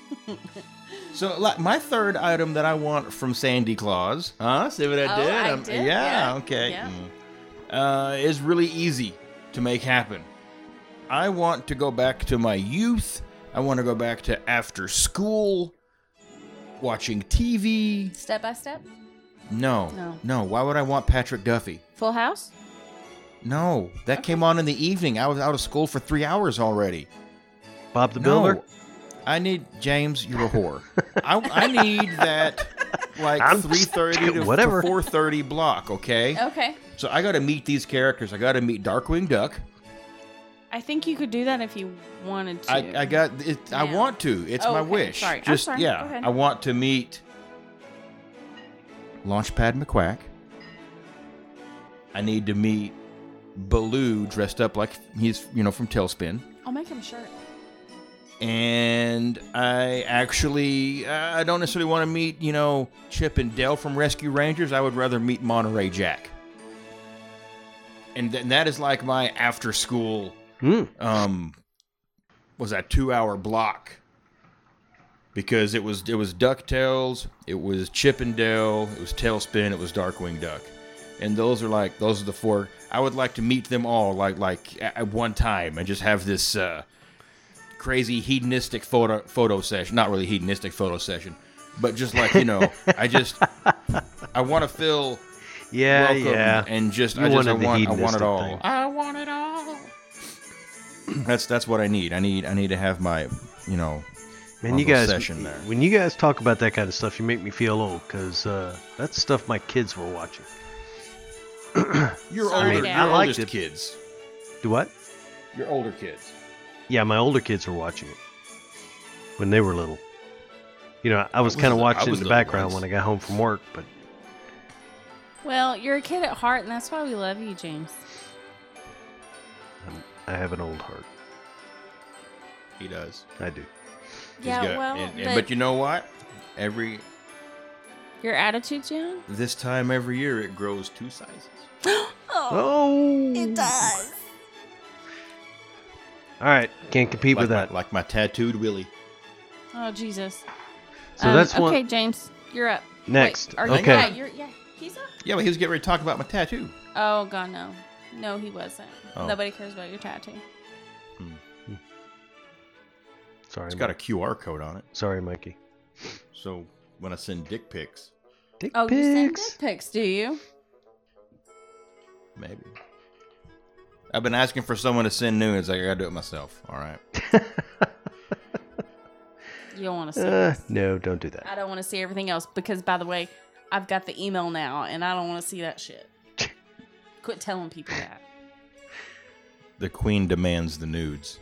So, like my third item that I want from Sandy Claus, huh? See what I Oh, did? I Um, did, yeah, yeah, okay. yeah. Mm. Uh, is really easy to make happen. I want to go back to my youth. I want to go back to after school, watching TV. Step by step. No, No. Why would I want Patrick Duffy? Full House. No, that came on in the evening. I was out of school for three hours already. Bob the Builder? No. I need James. You're a whore. I, I need that like I'm- three thirty to whatever. four thirty block. Okay. Okay. So I got to meet these characters. I got to meet Darkwing Duck. I think you could do that if you wanted to. I, I got. It, I Yeah. want to. It's Oh, my okay. wish. Sorry. I'm Just sorry. Go yeah. ahead. I want to meet Launchpad McQuack. I need to meet Baloo dressed up like he's you know from Tailspin. I'll make him a shirt. and I actually uh, I don't necessarily want to meet you know Chip and Dale from Rescue Rangers. I would rather meet Monterey Jack. and then that is like my after school Mm. um was that two hour block because it was it was DuckTales, it was Chippendale, it was Tailspin, it was Darkwing Duck, and those are like those are the four. I would like to meet them all like like at at one time and just have this uh, crazy hedonistic photo photo session. Not really hedonistic photo session, but just like you know, I just I want to feel Yeah, welcome yeah. and just You I just I wanted the want I want it hedonistic all. thing. I want it all. that's that's what I need. I need I need to have my you know Man, you Uncle guys, Session there. when you guys talk about that kind of stuff, you make me feel old because uh, that's stuff my kids were watching. your Sorry, older Dad. your I liked oldest it. kids. Do what? Your older kids. Yeah, my older kids were watching it when they were little. You know, I was was kind of the- I watching it was in the little background once. when I got home from work, but Well, you're a kid at heart, and that's why we love you, James. I'm, I have an old heart. He does. I do. He's Yeah, got- well, and- and- but, but you know what? Every your attitude, June. this time every year it grows two sizes. Oh, Oh, it does. All right, can't compete Like with my- that. like my tattooed Willie. Oh, Jesus. So Um, that's one okay, James. You're up. Wait, next. are you- okay, Yeah, you're, yeah, he's up. Yeah, but he was getting ready to talk about my tattoo. Oh God, no, no, he wasn't. Oh. Nobody cares about your tattoo. sorry, It's got a Mike. QR code on it, sorry, Mikey. so when I send dick pics, Dick Oh, you send pics. dick pics, do you? Maybe. I've been asking for someone to send nudes. I gotta do it myself. All right. You don't want to see. Uh, this. no, don't do that. I don't want to see everything else because, by the way, I've got the email now, and I don't want to see that shit. Quit telling people that. The queen demands the nudes.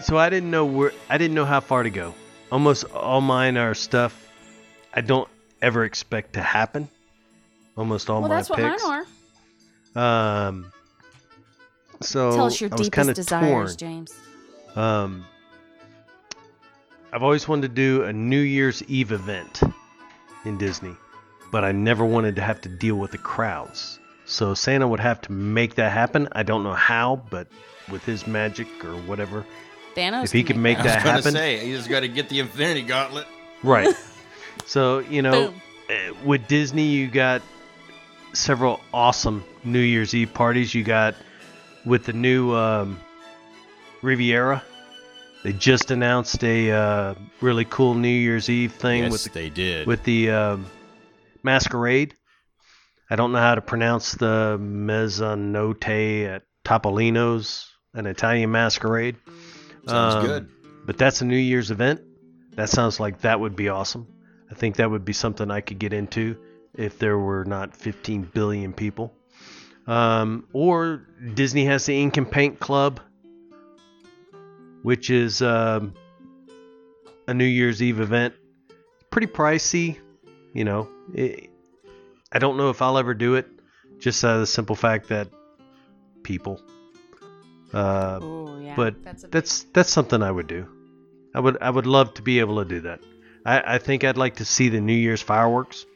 So I didn't know where I didn't know how far to go. Almost all mine are stuff I don't ever expect to happen. Almost all well, my that's what picks. mine are. are. Um so Tell us your Oh, I was kind deepest of desires, torn. James. Um I've always wanted to do a New Year's Eve event in Disney, but I never wanted to have to deal with the crowds. So Santa would have to make that happen. I don't know how, but with his magic or whatever, Thanos. If he could make I that. was that gonna happen? say, you just gotta get the infinity gauntlet. Right. so, you know, Boom. eh, with Disney, you got several awesome New Year's Eve parties. You got with the new um, Riviera. They just announced a uh, really cool New Year's Eve thing yes, with the, they did. with the um, masquerade. I don't know how to pronounce the mezzanotte at Topolino's, an Italian masquerade. Sounds Um, good. but that's a New Year's event. That sounds like that would be awesome. I think that would be something I could get into if there were not 15 billion people. Um, or Disney has the Ink and Paint Club, which is um, a New Year's Eve event. Pretty pricey, you know. It, I don't know if I'll ever do it, just out of the simple fact that people. Uh, Oh yeah. but that's a big- that's that's something I would do. I would I would love to be able to do that. I, I think I'd like to see the New Year's fireworks.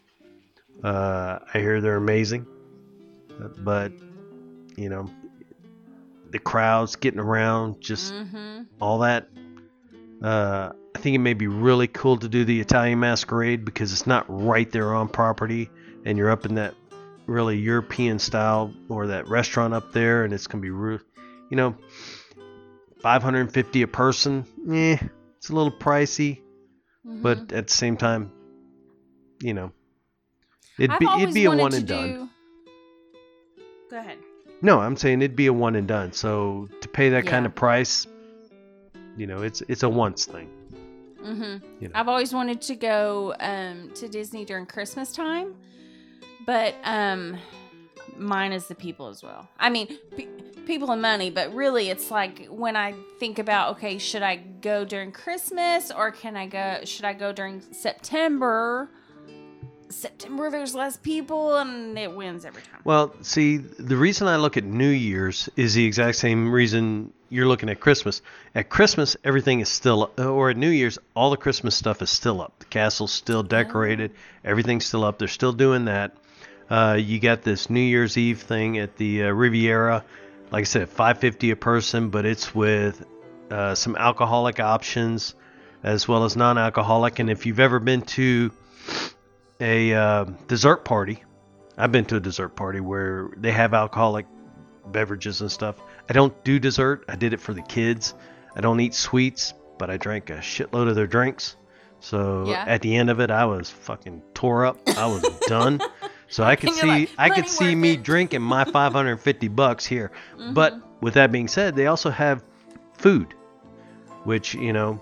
Uh, I hear they're amazing, Uh, but you know, the crowds getting around, just Mhm. all that. Uh, I think it may be really cool to do the Italian Masquerade because it's not right there on property, and you're up in that really European style or that restaurant up there, and it's gonna be, re- you know, 550 a person. Eh, it's a little pricey, Mhm. but at the same time, you know, it'd I've be always it'd be a wanted one to and done. do- Go ahead. No, I'm saying it'd be a one and done. So to pay that kind Yeah. of price, you know, it's it's a once thing. hmm You know. I've always wanted to go um, to Disney during Christmas time, but um, mine is the people as well. I mean, pe- people and money, but really, it's like when I think about okay, should I go during Christmas or can I go? Should I go during September? September, there's less people, and it wins every time. Well, see, the reason I look at New Year's is the exact same reason you're looking at Christmas. At Christmas, everything is still, or at New Year's, all the Christmas stuff is still up. The castle's still decorated, everything's still up. They're still doing that. Uh, you got this New Year's Eve thing at the uh, Riviera. Like I said, 550 a person, but it's with uh, some alcoholic options as well as non-alcoholic. And if you've ever been to a uh, dessert party, I've been to a dessert party where they have alcoholic beverages and stuff. I don't do dessert. I did it for the kids. I don't eat sweets, but I drank a shitload of their drinks. So Yeah. at the end of it, I was fucking tore up. I was done. So I could You're see like, I "Money could see worth me it." Mm-hmm. drinking my 550 bucks here. But with that being said, they also have food, which you know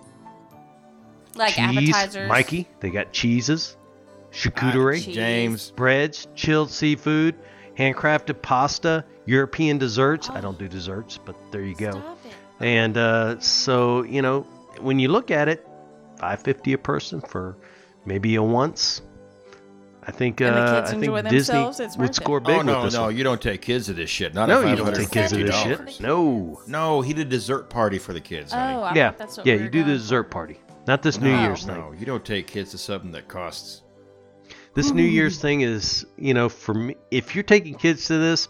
Like cheese, appetizers. Mikey. They got cheeses, Ah, charcuterie, cheese. James. breads, chilled seafood, handcrafted pasta, European desserts. I don't do desserts, but there you go. Stop it. And uh, so you know, when you look at it, five fifty a person for maybe a once. I think And the uh, kids I enjoy think Disney themselves, it's would worth it. score big Oh no, with this no, one. you don't take kids to this shit. Not No, at you don't take kids to this $550. shit. No. No, he did dessert party for the kids. Oh, Honey. I yeah, thought that's what yeah, we were you do the going dessert party, not this New no, Year's thing. no, you don't take kids to something that costs. this New Year's thing is, you know, for me, if you're taking kids to this,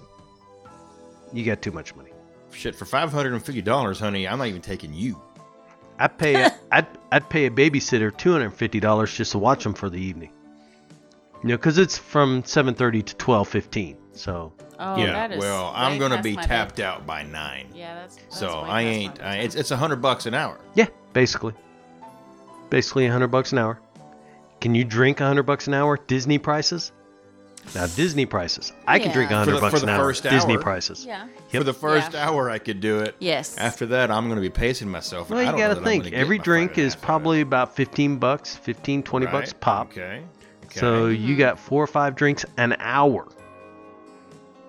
you got too much money. Shit, for five hundred and fifty dollars, honey, I'm not even taking you. I pay, a, I'd, I'd pay a babysitter two hundred and fifty dollars just to watch them for the evening. You know, because it's from seven thirty to twelve fifteen. So for. Oh, yeah, that is way well, I'm gonna past be my bed. tapped out by nine. Yeah, that's. that's so way I past my ain't. I, bedtime. it's it's a hundred bucks an hour. yeah, basically, basically hundred bucks an hour. Can you drink hundred bucks an hour? Disney prices. Now Disney prices. I can drink Yeah. For the- hundred bucks for the an hour. first Disney hour. prices. Yeah. Yep. For the first hour, I could do it. Yes. After that, I'm gonna be pacing myself. and Well, I you don't got to know that I'm think. gonna get Every my drink five and a is half out of probably it. about 15 bucks, 15, 20 bucks Right? pop. Okay. okay. So you got four or five drinks an hour.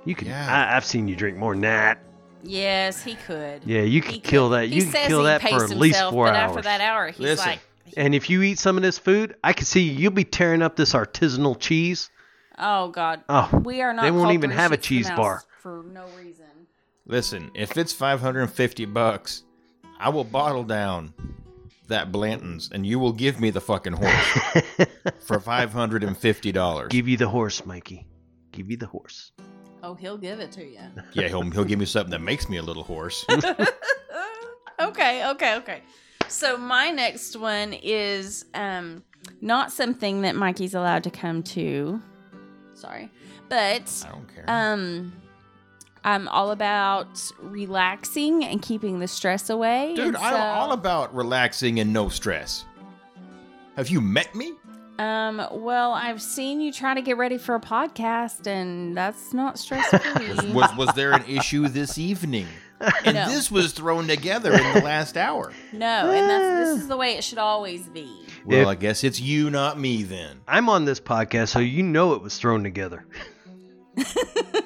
You can. Yeah. I, I've seen you drink more than that. Yes, he could. Yeah, you He could kill that. He You could says kill he that paced for at least himself, four but hours. After that hour, he's Listen. like, And if you eat some of this food, I can see you'll be tearing up this artisanal cheese. "Oh God, Oh, we are not." they won't called even Three have a Sheets to the cheese Mouse bar. for no reason. Listen, if it's 550 bucks, I will bottle down that Blanton's and you will give me the fucking horse for $550. Give you the horse, Mikey. Give you the horse. Oh, he'll give it to you. yeah, he'll, he'll give me something that makes me a little horse. Uh, okay, okay, okay. So my next one is um not something that Mikey's allowed to come to. Sorry, but I don't care. um. I'm all about relaxing and keeping the stress away. Dude, and I'm so- all about relaxing and no stress. Have you met me? Um, well, I've seen you try to get ready for a podcast, and that's not stress free. Was was there an issue this evening? And No. this was thrown together in the last hour. no, and that's this is the way it should always be. Well, If- I guess it's you, not me, then. I'm on this podcast, so you know it was thrown together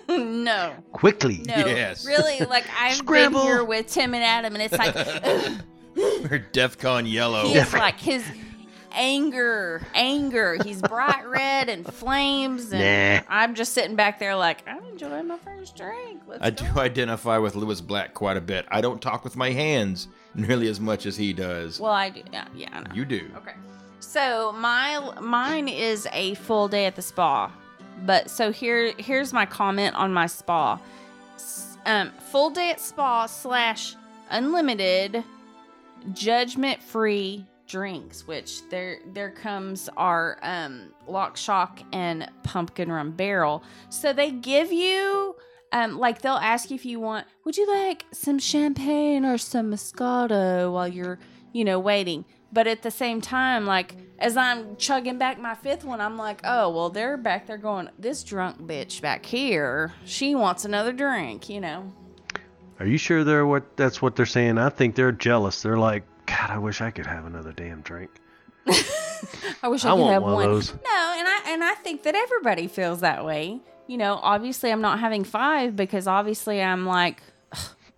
no, quickly. no, Yes. really. Like I've Scramble. been here with Tim and Adam, and it's like Or DEFCON yellow. he is like his anger, anger. He's bright red and flames, and I'm just sitting back there like I'm enjoying my first drink. Let's I go. do identify with Lewis Black quite a bit. I don't talk with my hands nearly as much as he does. Well, I do. Yeah, yeah, I know. you do. Okay. So my mine is a full day at the spa, but so here here's my comment on my spa. S- Um, full day at spa slash unlimited, judgment free drinks. Which there there comes our um lock shock and pumpkin rum barrel. So they give you. Um, like they'll ask you if you want, would you like some champagne or some Moscato while you're, you know, waiting? But at the same time, like as I'm chugging back my fifth one, I'm like, oh well, they're back there going, this drunk bitch back here, she wants another drink, you know. Are you sure they're what? That's what they're saying. I think they're jealous. They're like, God, I wish I could have another damn drink. I wish I, I could want have one one. of those. No, and I and I think that everybody feels that way. You know, obviously I'm not having five because obviously I'm like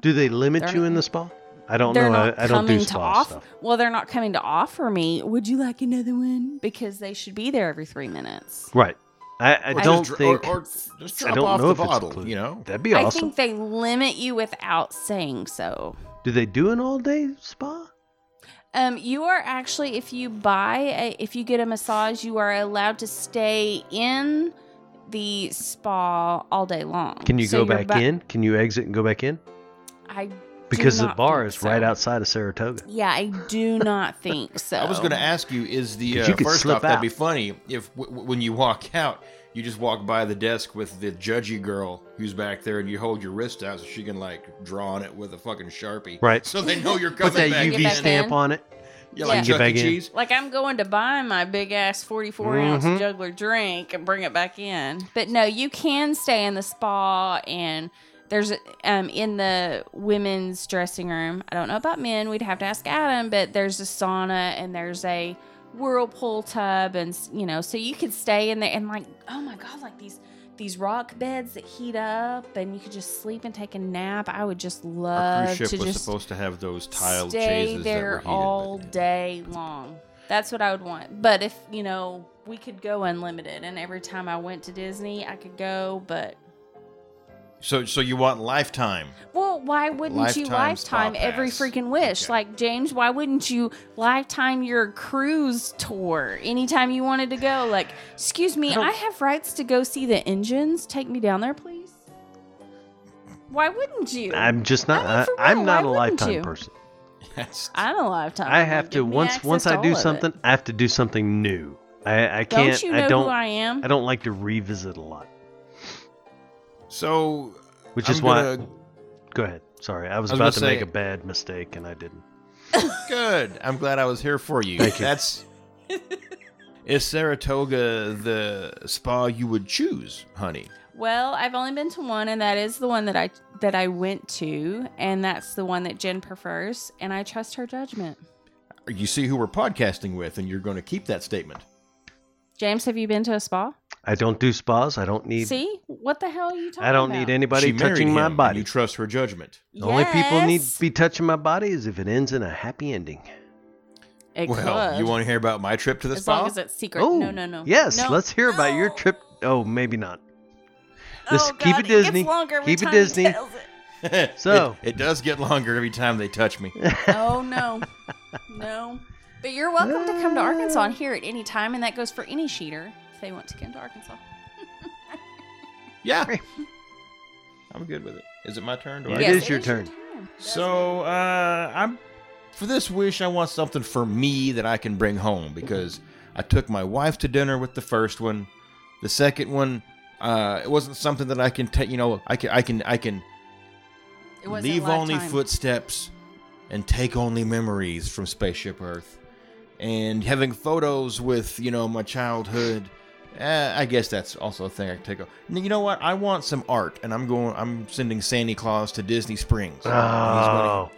Do they limit They're- you in the spa? I don't they're know. not I, I don't coming do to spa off. stuff. Well, they're not coming to offer me. Would you like another one? Because they should be there every three minutes. Right. I, I Or don't just, dr- think. Or, or just I drop don't off know the if it's bottle, included. you know? That'd be awesome. I think they limit you without saying so. do they do an all-day spa? Um, you are actually, if you buy, a, if you get a massage, you are allowed to stay in the spa all day long. Can you So go you're back ba- in? Can you exit and go back in? I Because the not bar think is right so. outside of Saratoga. yeah, I do not think so. I was going to ask you: Is the 'Cause uh, you could first slip off that'd out. be funny if w- w- when you walk out, you just walk by the desk with the judgy girl who's back there, and you hold your wrist out so she can like draw on it with a fucking sharpie, Right. So they know you're coming Put that back. Get UV back in. stamp in. on it. Yeah, Yeah. like Get Chuck back E. in. Cheese. Like I'm going to buy my big ass 44 Mhm. Mm-hmm. ounce juggler drink and bring it back in. But no, you can stay in the spa and there's um in the women's dressing room. I don't know about men. We'd have to ask Adam, but there's a sauna and there's a whirlpool tub and s- you know, so you could stay in there and like oh my god, like these these rock beds that heat up and you could just sleep and take a nap. I would just Our love cruise ship Uh, to was just supposed to have those tiled stay chaises there that were heated, all but- day long. That's what I would want. But if you know, we could go unlimited, and every time I went to Disney, I could go. But So, so you want lifetime? well, why wouldn't you Lifetime spa lifetime every pass. freaking wish? Okay. Like James, why wouldn't you lifetime your cruise tour anytime you wanted to go? Like, excuse me, Oh. I, have rights to go see the engines. Take me down there, please. Why wouldn't you? I'm just not. I mean, I for I'm real, not a why wouldn't lifetime you? Oh, person. Yes. I'm a lifetime. I have to Give me once access once to I all do of it. something, I have to do something new. I I Don't can't. you know I don't. who I am? I don't like to revisit a lot, So, which I'm is why. gonna- Go ahead. Sorry, I was, I about was gonna to say- make a bad mistake and I didn't. Good. I'm glad I was here for you. Thank you. That's. Is Saratoga the spa you would choose, honey? Well, I've only been to one, and that is the one that I that I went to, and that's the one that Jen prefers, and I trust her judgment. You see who we're podcasting with, and you're going to keep that statement. James, have you been to a spa? I don't do spas. I don't need. See what the hell are you talking? I don't about? need anybody She married touching my him, and body. You trust her judgment. the only people need Yes. to be touching my body is if it ends in a happy ending. It well, could. you want to hear about my trip to the as spa? long as it's secret. Oh no, no, no. Yes, No. let's hear about your No. trip. Oh, maybe not. Oh, This keep God, it Disney. gets longer every keep it time he Disney. tells it. So- it, it does get longer every time they touch me. Oh no, no. But you're welcome to come to Arkansas and hear at any time, and that goes for any sheeter if they want to come to Arkansas. Yeah, I'm good with it. Is it my turn? Do I It Yes, is your turn. That's So uh, I'm for this wish, I want something for me that I can bring home because I took my wife to dinner with the first one. The second one, uh, it wasn't something that I can take. You know, I can, I can, I can It wasn't leave only lifetime. footsteps and take only memories from Spaceship Earth. And having photos with you know my childhood. Uh, I guess that's also a thing I can take. o- And You know what? I want some art, and I'm going. I'm sending Sandy Claus to Disney Springs. He's gonna- Oh,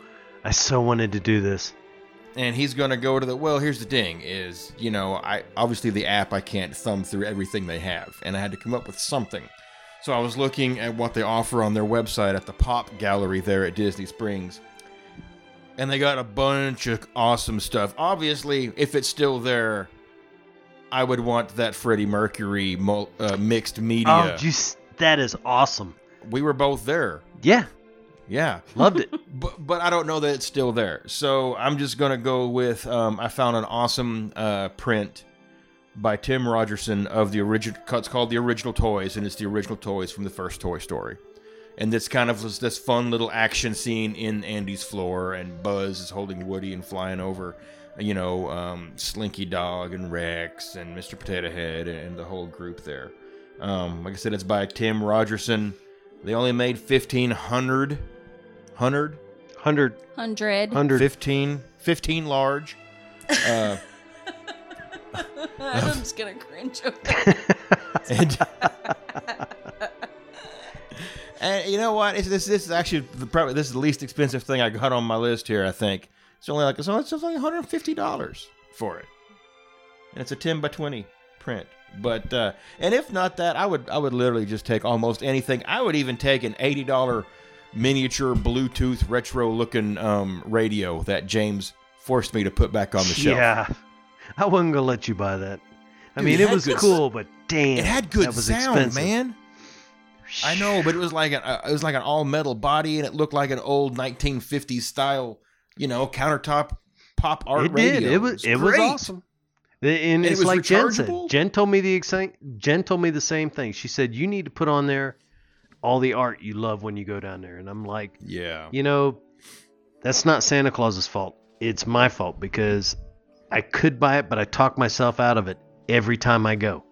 I so wanted to do this. and he's gonna go to the well here's the thing is you know i obviously the app i can't thumb through everything they have and i had to come up with something so i was looking at what they offer on their website at the pop gallery there at disney springs and they got a bunch of awesome stuff obviously if it's still there i would want that freddie mercury mul- uh, mixed media Oh, geez, that is awesome. we were both there Yeah, yeah loved it. but but I don't know that it's still there. So I'm just gonna go with um, I found an awesome uh, print by Tim Rogerson of the original. It's called the original toys, and it's the original toys from the first Toy Story. And this kind of was this fun little action scene in Andy's floor, and Buzz is holding Woody and flying over, you know, um, Slinky Dog and Rex and Mr. Potato Head and the whole group there. Um, like I said, it's by Tim Rogerson. They only made 1,500. 100? 100, hundred. 100. 15, 15 large. Uh, I'm just gonna cringe. Over and, and you know what? It's, this this is actually the, probably this is the least expensive thing I got on my list here. I think it's only like so it's only one hundred fifty dollars for it, and it's a ten by twenty print. But uh, and if not that, I would I would literally just take almost anything. I would even take an eighty dollar miniature Bluetooth retro looking um, radio that James forced me to put back on the shelf. Yeah, I wasn't gonna let you buy that. I Dude, mean, it it had was good s- cool, but damn, It had good that was sound, expensive. man. I know, but it was like a, it was like an all metal body, and it looked like an old 1950s style, you know, countertop pop art it radio. did. It was. It was great. awesome. The- And, And it it's was like Jen said. rechargeable? Jen told me the exact. Jen told me the same thing. She said you need to put on there all the art you love when you go down there. And I'm like, Yeah. you know, that's not Santa Claus's fault. It's my fault because I could buy it, but I talk myself out of it every time I go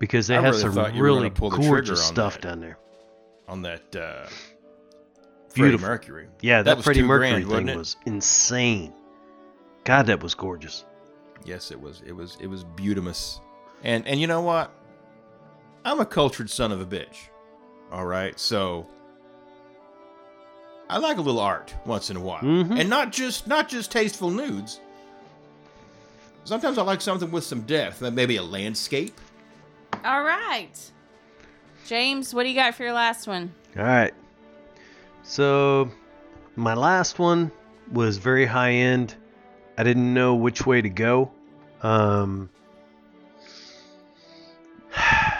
because they I have really some thought you were really gonna pull the trigger gorgeous on stuff that. down there. On that uh Freddie Beautiful. Mercury. Yeah, that, was Freddie two Mercury grand, thing wasn't it? was insane. God, that was gorgeous. Yes, it was. It was. It was beautimous. And and you know what? I'm a cultured son of a bitch. All right, so I like a little art once in a while, Mhm. and not just not just tasteful nudes. Sometimes I like something with some depth, like maybe a landscape. All right. James, what do you got for your last one? All right. So my last one was very high end. I didn't know which way to go. Um,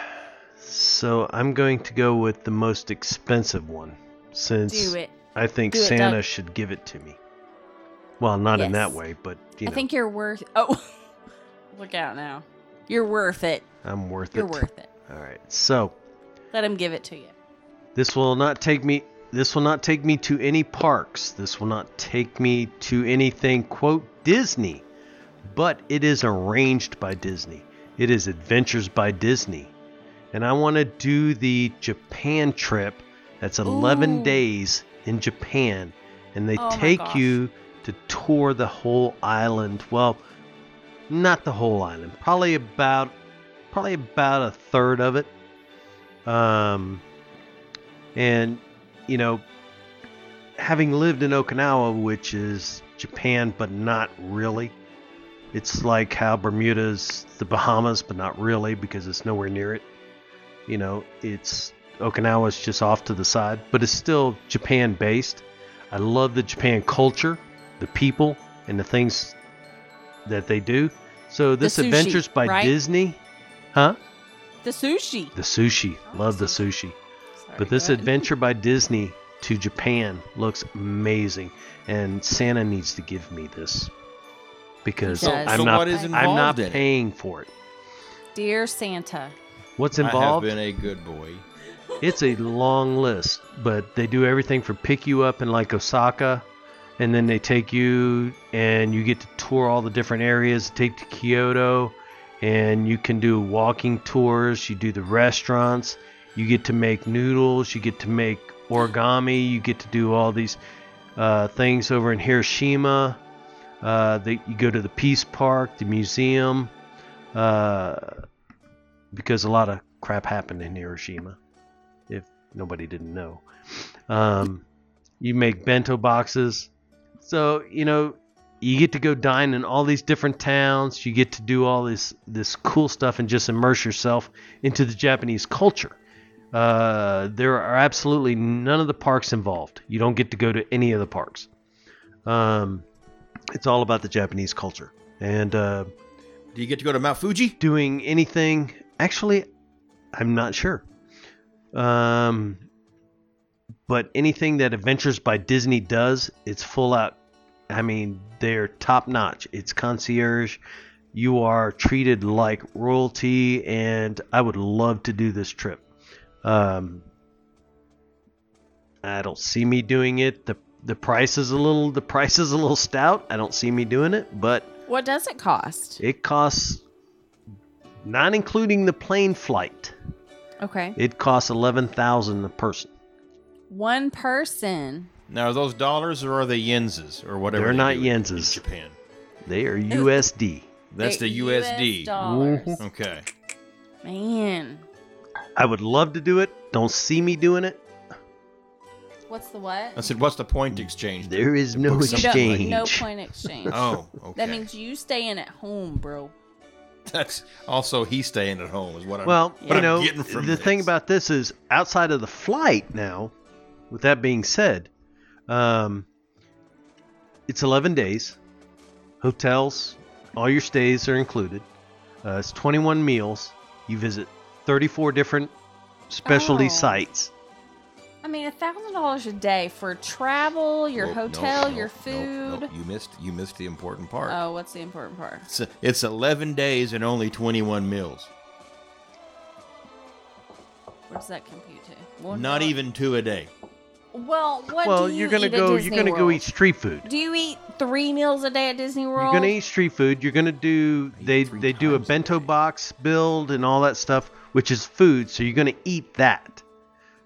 so I'm going to go with the most expensive one since Do it. I think Do it, Santa Doug. should give it to me. Well, not in that Yes. way, but you I know, think you're worth. Oh, look out now. You're worth it. I'm worth You're it. worth it. All right. So, Let him give it to you. This will not take me this will not take me to any parks. This will not take me to anything quote Disney. But it is arranged by Disney. It is Adventures by Disney. And I want to do the Japan trip. That's 11 Ooh. days in Japan and they Oh my take gosh. you to tour the whole island. Well, not the whole island. Probably about probably about a third of it. Um, and you know, having lived in Okinawa, which is Japan, but not really. It's like how Bermuda's the Bahamas, but not really because it's nowhere near it. You know, it's Okinawa's just off to the side, but it's still Japan based. I love the Japan culture, the people, and the things that they do. So this sushi, Adventures by right? Disney, huh? The sushi. The sushi. Oh, Love the sushi. sushi. But this adventure by Disney to Japan looks amazing. And Santa needs to give me this. Because He does. I'm So not what is I'm involved not in it? paying for it. Dear Santa. What's I involved? have been a good boy. It's a long list, but they do everything from pick you up in like Osaka and then they take you and you get to tour all the different areas, take to Kyoto and you can do walking tours, you do the restaurants, you get to make noodles, you get to make origami, you get to do all these uh, things over in Hiroshima. Uh, they, you go to the Peace Park, the museum, uh, because a lot of crap happened in Hiroshima, if nobody didn't know. Um, you make bento boxes. So, you know, you get to go dine in all these different towns. You get to do all this, this cool stuff and just immerse yourself into the Japanese culture. Uh, there are absolutely none of the parks involved. You don't get to go to any of the parks. Um, it's all about the Japanese culture. And uh, Do you get to go to Mount Fuji? doing anything. Actually, I'm not sure. Um, but anything that Adventures by Disney does, it's full out. I mean, they're top notch. It's concierge. You are treated like royalty, and I would love to do this trip. Um, I don't see me doing it. the The price is a little. The price is a little stout. I don't see me doing it, but What does it cost? it costs, not including the plane flight, Okay. it costs eleven thousand a person. One person. Now, are those dollars or are they yenses or whatever? They're they not do in- in yenses. Japan. They are USD. That's They're the USD. US dollars. Okay. Man. I would love to do it. Don't see me doing it. What's the what? I said, what's the point exchange? There is no Book You something don't- exchange. No point exchange. Oh, okay. That means you staying at home, bro. That's also he's staying at home is what I'm. Well, what you I'm know, getting from the thing this. about this is outside of the flight now, with that being said, um, it's 11 days. Hotels, all your stays are included. Uh, it's 21 meals. You visit 34 different specialty Oh. sites. mean, a thousand dollars a day for travel, your Nope, nope, hotel, nope, your nope, food. nope. You missed. You missed the important part. Oh, what's the important part? It's, it's 11 days and only 21 meals. What does that compute to? One Not dollar- even two a day. Well, what well, do you are gonna eat at go. Disney you're gonna go World? eat street food. Do you eat three meals a day at Disney World? You're gonna eat street food. You're gonna do eat they three they do a times a bento day. box build and all that stuff, which is food. So you're gonna eat that.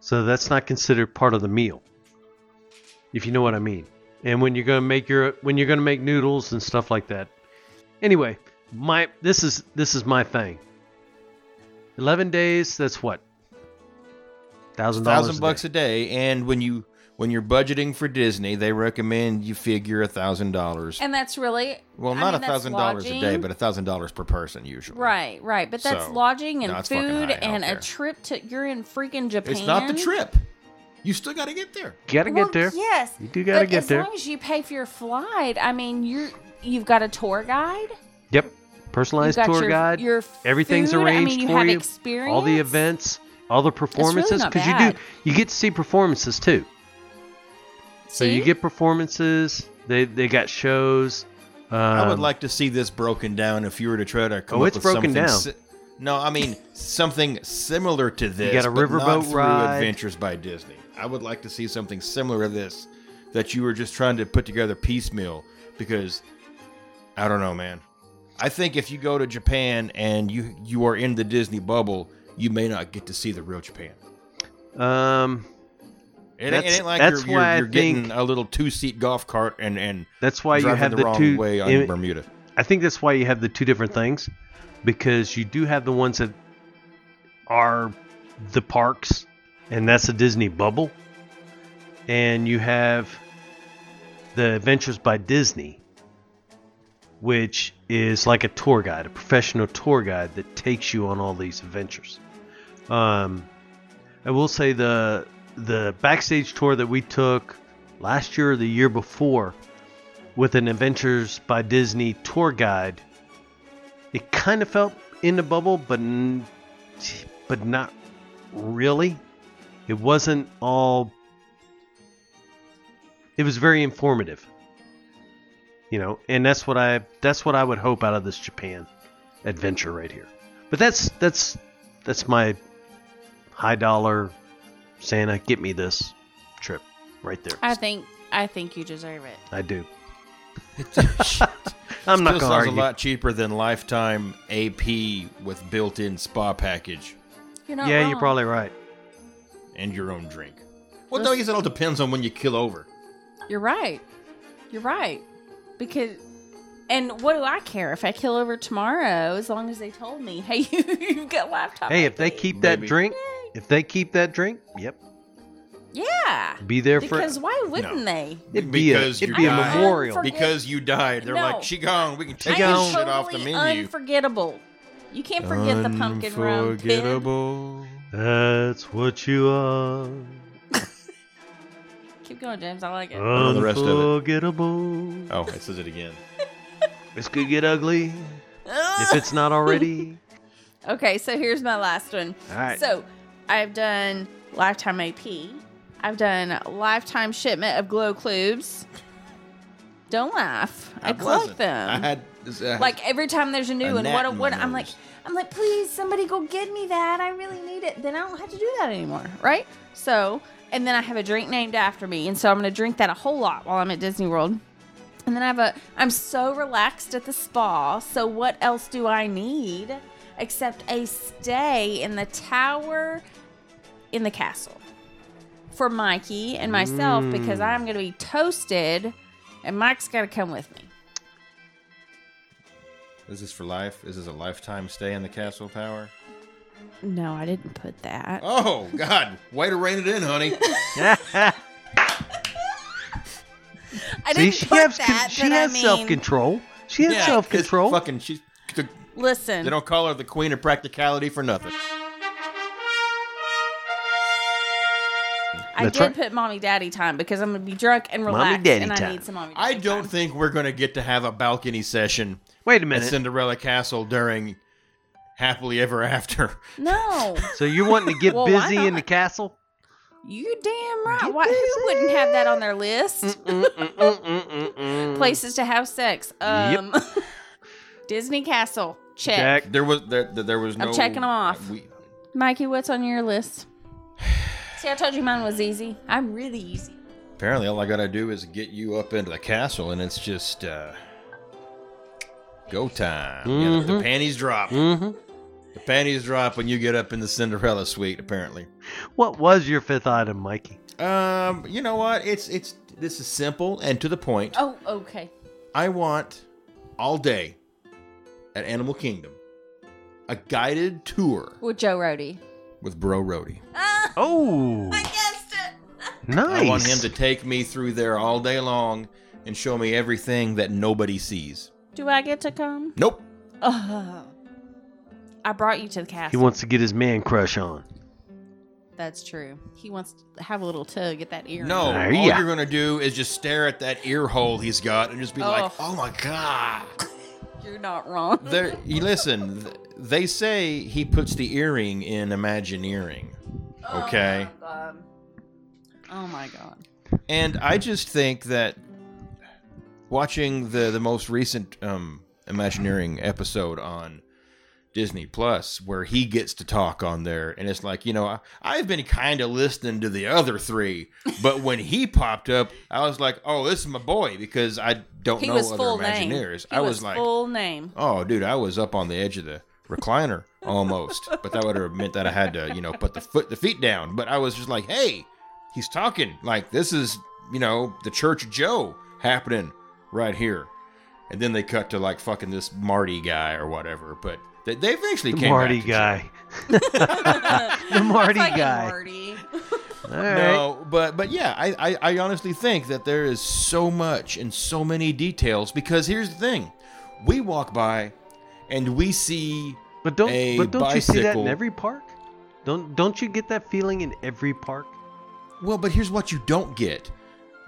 So that's not considered part of the meal, if you know what I mean. And when you're gonna make your when you're gonna make noodles and stuff like that. Anyway, my this is this is my thing. Eleven days. That's what. Thousand dollars. Thousand bucks a day, and when you when you're budgeting for Disney, they recommend you figure a thousand dollars. And that's really Well, I not a mean, that's thousand dollars a day, lodging. but a thousand dollars per person usually. Right, right, but that's So, lodging no, and it's fucking food high. I don't and a care. trip to you're in freaking Japan. It's not the trip. You still got to get there. Gotta Well, get there. Yes, You do gotta but get as there. As long as you pay for your flight, I mean, you're you've got a tour guide. Yep. Personalized got tour your- guide. your Everything's food. I mean, arranged you for have you. All the experience. events, all the performances. not you bad. do, you get to see performances too. So See? you get performances. They they got shows. Um, I would like to see this broken down. If you were to try to come Oh, up it's with broken something down. si- no, I mean something similar to this. got a but not riverboat through ride. Adventures by Disney. I would like to see something similar to this that you were just trying to put together piecemeal because I don't know, man. I think if you go to Japan and you you are in the Disney bubble, you may not get to see the real Japan. Um, It, ain't- it That's- ain't like that's you're, you're, why I you're getting think- a little two seat golf cart and and that's why you driving have the, the, wrong two. way on im- Bermuda. I think that's why you have the two different things, because you do have the ones that are the parks, and that's a Disney bubble, and you have the Adventures by Disney, which is like a tour guide, a professional tour guide that takes you on all these adventures. Um, I will say the the backstage tour that we took last year or the year before with an Adventures by Disney tour guide, it kind of felt in the bubble, but n- but not really. It wasn't all. It was very informative, you know, and that's what I that's what I would hope out of this Japan adventure right here. But that's that's that's my high dollar Santa get me this trip right there. I think I think you deserve it. I do. I'm not going to Still sounds argue. a lot cheaper than lifetime AP with built-in spa package You're not Yeah, you're wrong. probably right. and your own drink. Well, no, I guess it all depends on when you kill over. You're right. You're right. Because and what do I care if I kill over tomorrow as long as they told me, hey, you've got laptop. Hey, if they ID." keep that Maybe. drink, if they keep that drink, yep, Yeah. be there for Because why wouldn't they? it'd be a, Because it'd you be a died. memorial. Forget- Because you died, they're No. like, "She gone. We can take I that gone." am shit off the totally menu." unforgettable. You can't forget the pumpkin round. Ted. That's what you are. Keep going, James. I like it. know the rest of it. Unforgettable. Oh, it says it again. This could get ugly if it's not already. Okay, so here's my last one. All right. So I've done lifetime AP. I've done lifetime shipment of glow clubes. Don't laugh. I, collect wasn't. I them. had uh, I- like every time there's a new A one, gnat what, in what my I'm like, nose. I'm like, please, somebody go get me that. I really need it. Then I don't have to do that anymore, right? So, and then I have a drink named after me, and so I'm gonna drink that a whole lot while I'm at Disney World. And then I have a, I'm so relaxed at the spa. So what else do I need except a stay in the tower, in the castle, for Mikey and myself because I'm gonna be toasted, and Mike's gotta come with me. Is this for life? Is this a lifetime stay in the castle tower? No, I didn't put that. Oh God! Way to rein it in, honey. See, I didn't she put has, con- that, she but I has mean, self-control. She has Yeah, 'cause self-control. Fucking, she's. They Listen, don't call her the queen of practicality for nothing. I That's did right. put mommy daddy time because I'm gonna be drunk and Mommy relaxed, daddy and I time. need some mommy. I Daddy don't Time. think we're going to get to have a balcony session Wait a at minute. Cinderella Castle during Happily Ever After. No, So you're wanting to get Well, why busy in the not? castle? You damn right. Get Why who busy. wouldn't have that on their list? Mm, Place Places to have sex. Um Disney Castle. Check. Jack. There was there there- there was I'm no. checking 'em off. We, Mikey, what's on your list? See, I told you mine was easy. I'm really easy. apparently, all I gotta do is get you up into the castle, and it's just uh, go time. You know, Mm-hmm. the panties drop. Mhm. The panties drop when you get up in the Cinderella suite. Apparently. What was your fifth item, Mikey? Um, you know what? It's it's this is simple and to the point. Oh, okay. I want all day at Animal Kingdom a guided tour With Joe Rody. with Bro Rody. Ah, Oh, I guessed it. nice. I want him to take me through there all day long and show me everything that nobody sees. Do I get to come? Nope. Oh. I brought you to the castle. He wants to get his man crush on. That's true. He wants to have a little tug at that ear. No. There all ya. you're gonna do is just stare at that ear hole he's got and just be like, Oh. "Oh my god." You're not wrong. There. You listen. th- They say he puts the earring in Imagineering. Okay. Oh my god. Oh my god. And I just think that watching the the most recent um, Imagineering episode on Disney Plus, where he gets to talk on there, and it's like you know I, I've been kind of listening to the other three, but when he popped up, I was like, oh, this is my boy because I don't He know was other full name. Imagineers. He I was, like, full name. oh, dude, I was up on the edge of the recliner almost, but that would have meant that I had to, you know, put the foot the feet down. But I was just like, hey, he's talking like this is, you know, the Church of Joe happening right here. And then they cut to like fucking this Marty guy or whatever. But they, they've actually The came Marty back to guy. the Marty Fucking guy. Marty. All Joe. right. No, but but yeah, I, I I honestly think that there is so much and so many details because here's the thing, we walk by, and we see But don't a but don't you see that in bicycle. every park? Don't don't you get that feeling in every park? Well, but here's what you don't get.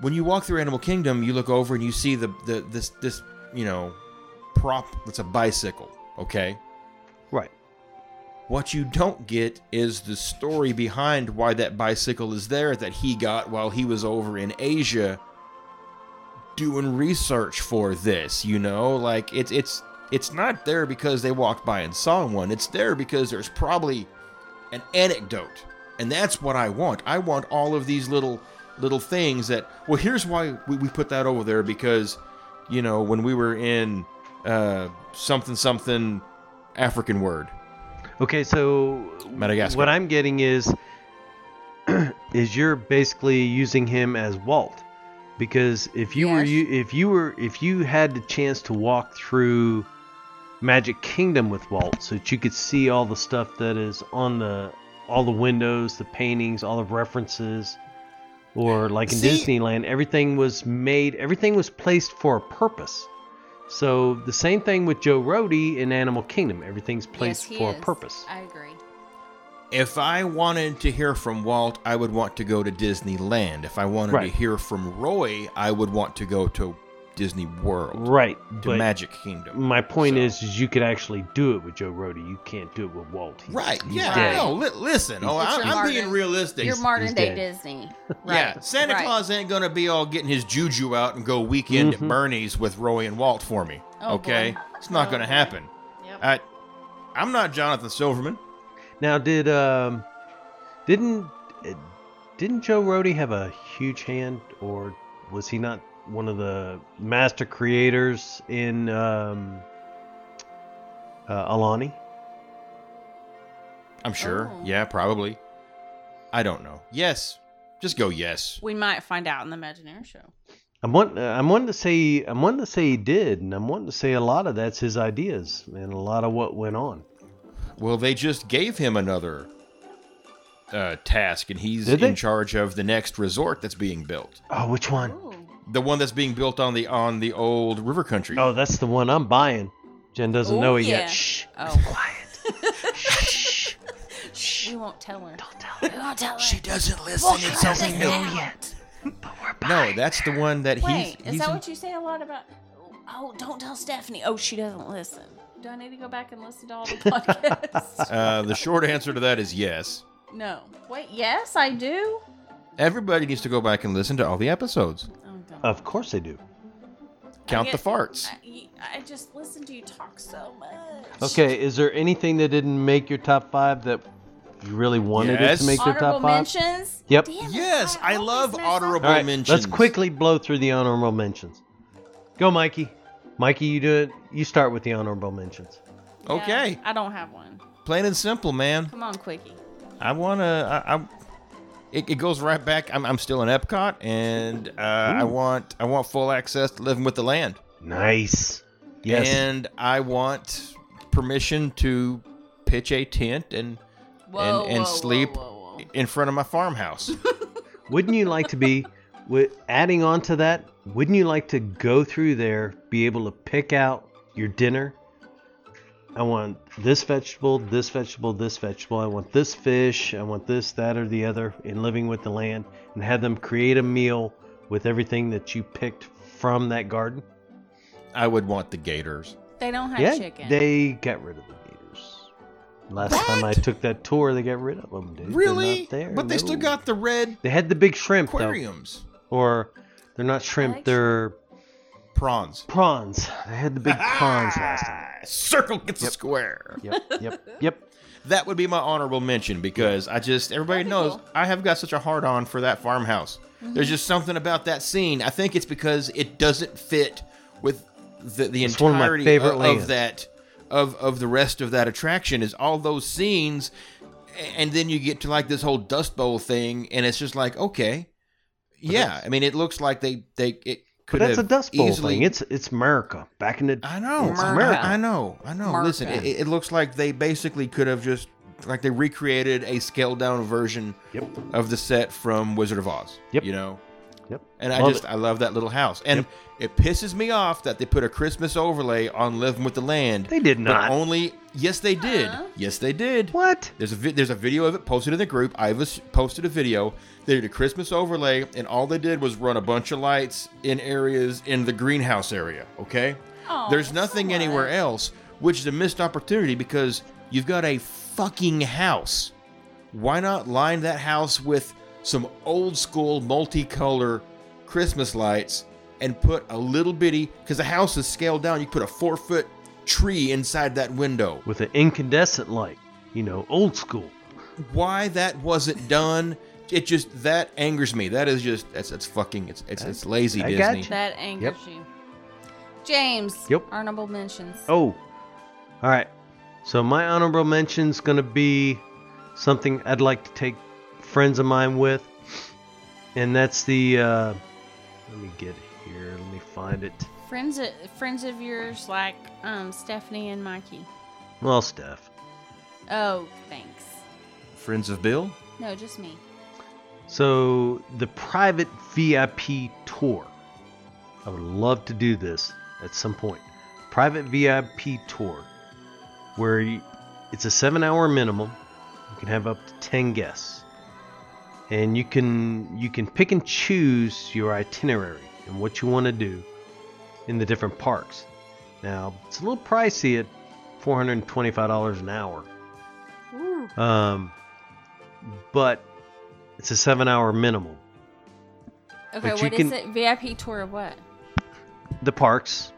When you walk through Animal Kingdom, you look over and you see the, the this this, you know, prop that's a bicycle, okay? Right. What you don't get is the story behind why that bicycle is there that he got while he was over in Asia doing research for this, you know? Like it's it's it's not there because they walked by and saw one. It's there because there's probably an anecdote. And that's what I want. I want all of these little little things that well here's why we, we put that over there because you know when we were in uh something something African word. Okay, so Madagascar. What I'm getting is is you're basically using him as Walt because if you were Yes. you if you were if you had the chance to walk through Magic Kingdom with Walt so that you could see all the stuff that is on the all the windows, the paintings, all the references or like in See- Disneyland everything was made everything was placed for a purpose. So the same thing with Joe Rody in Animal Kingdom. Everything's Yes, placed he for is. a purpose. I agree. If I wanted to hear from Walt, I would want to go to Disneyland. If I wanted Right. to hear from Roy, I would want to go to Disney World, Right. to But Magic Kingdom. my point So- is, is you could actually do it with Joe Rody. You can't do it with Walt. He's- right? he's Yeah. dead. No, li- listen. Oh, It's I, your I'm being Martin. realistic. You're modern day dead. Disney. Yeah, Santa Right. Claus ain't gonna be all getting his juju out and go weekend Mm-hmm. at Bernie's with Roy and Walt for me. Oh, okay, boy. it's not Oh, gonna boy. happen. Yep. I, I'm not Jonathan Silverman. Now, did um, didn't uh, didn't Joe Rody have a huge hand, or was he not one of the master creators in um, uh, Alani? I'm sure. Oh. Yeah, probably. I don't know. Yes, just go yes. We might find out in the Imagineer show. I'm want, uh, I'm wanting to say I'm wanting to say he did, and I'm wanting to say a lot of that's his ideas and a lot of what went on. Well, they just gave him another uh, task, and he's Did they? in charge of the next resort that's being built. Oh, which one? The one that's being built on the on the old river country. Oh, that's the one I'm buying. Jen doesn't Oh, know it yeah. yet. Shh. Oh. Quiet. We won't tell her. Don't tell her. We won't tell her. She doesn't listen. It's something new. yet. No, that's the one that he's. Wait, is he's that in- what you say a lot about? Oh, don't tell Stephanie. Oh, she doesn't listen. Do I need to go back and listen to all the podcasts? Uh, the short answer to that is yes. no. Wait, yes, I do. Everybody needs to go back and listen to all the episodes. Oh, God. Of course they do. Count get- the farts. I, I just listen to you talk so much. Okay, is there anything that didn't make your top five that you really wanted it Yes. to make your Honorable top five? mentions. Yep. Damn it, Yes, I always love mess up. honorable All right, mentions. let's quickly blow through the honorable mentions. Go, Mikey. Mikey, you do it. You start with the honorable mentions. Yeah, Okay. I don't have one. Plain and simple, man. Come on, quickie. I want to. I, I, it, it goes right back. I'm, I'm still in Epcot, and uh, I want I want full access to living with the land. Nice. Yes. And I want permission to pitch a tent and Whoa, and, and whoa, sleep Whoa, whoa, whoa. in front of my farmhouse. wouldn't you like to be, with adding on to that, wouldn't you like to go through there, be able to pick out your dinner? I want this vegetable, this vegetable, this vegetable. I want this fish. I want this, that, or the other in Living with the Land and have them create a meal with everything that you picked from that garden. I would want the gators. They don't have yeah, chicken. they got rid of the gators. Last time I took that tour, they got rid of them, dude. They're Really? not there, but they still no. got the red They had the big shrimp, though. aquariums. Or they're not shrimp, like shrimp. they're Prawns. prawns. They had the big prawns last time. Circle gets a square. Yep, yep, yep. That would be my honorable mention because I just everybody That'd be knows cool. I have got such a hard on for that farmhouse. There's just something about that scene. I think it's because it doesn't fit with the, the It's one of my entirety favorite of, lands. of that of of the rest of that attraction is all those scenes a- and then you get to like this whole dust bowl thing and it's just like okay. Yeah, I mean it looks like they they it But could that's a have Dust Bowl easily thing. It's it's America back in the. I know. It's I- America. I know. I know. America. Listen, it, it looks like they basically could have just like they recreated a scaled down version Yep. of the set from Wizard of Oz. Yep. You know. Yep. And I Love just it. I love that little house. And it pisses me off that they put a Christmas overlay on Living with the Land. They did but not. only yes they did. Yes they did. What? There's a vi- there's a video of it posted in the group. I was posted a video. They did a Christmas overlay, and all they did was run a bunch of lights in areas in the greenhouse area. Okay, Aw, there's nothing so anywhere what? else, which is a missed opportunity because you've got a fucking house. Why not line that house with some old school multicolor Christmas lights and put a little bitty because the house is scaled down. You put a four foot tree inside that window. With an incandescent light, you know, old school. why that wasn't done. It just that angers me. That is just that's that's fucking it's it's, it's lazy I Disney. gotcha. That angers you. James. Yep. Honorable mentions. Oh, all right. So my honorable mention's gonna be something I'd like to take friends of mine with, and that's the. Uh, let me get here. Let me find it. Friends, of, friends of yours like um, Stephanie and Mikey. Well, Steph. Oh, thanks. Friends of Bill. No, just me. So the private VIP tour. I would love to do this at some point. Private VIP tour, where you, it's a seven-hour minimum. You can have up to ten guests, and you can you can pick and choose your itinerary and what you want to do in the different parks. Now it's a little pricey at four hundred and twenty-five dollars an hour. Um, but it's a seven-hour minimum. Okay, you what is can- it? VIP tour of what? The parks,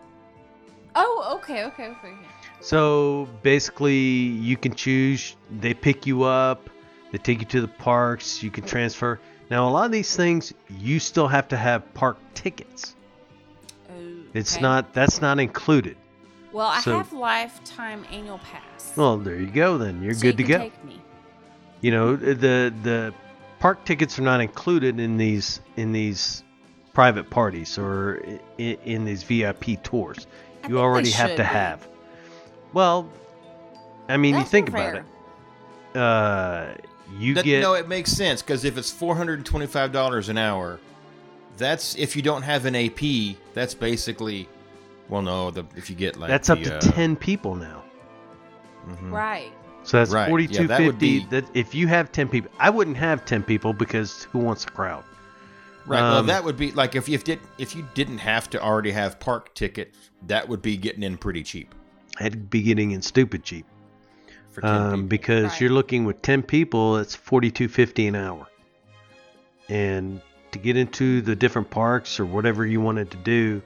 Oh, okay, okay, okay. okay. So basically, you can choose. They pick you up. They take you to the parks. You can transfer. Now, a lot of these things, you still have to have park tickets. It's Okay. not. That's not included. Well, I so- have lifetime annual pass. Well, there you go. Then you're So good you to can go. Take me. You know, the the park tickets are not included in these in these private parties or in, in these VIP tours. I think you they already have should to be. have. Well, I mean, you That's think rare. about it. uh, you That- get no, it makes sense because if it's four hundred and twenty-five dollars an hour, that's if you don't have an AP. That's basically, well, no, the, if you get like that's the, up to uh, ten people now. Mm-hmm. mhm. Right. So that's Right, yeah, forty-two that would fifty. be- That if you have ten people, I wouldn't have ten people because who wants a crowd? Right. well, Um, that would be like if you did if you didn't have to already have park tickets, that would be getting in pretty cheap I'd be getting in stupid cheap for ten um, people. because Right. you're looking with ten people. It's forty-two fifty an hour. and to get into the different parks or whatever you wanted to do,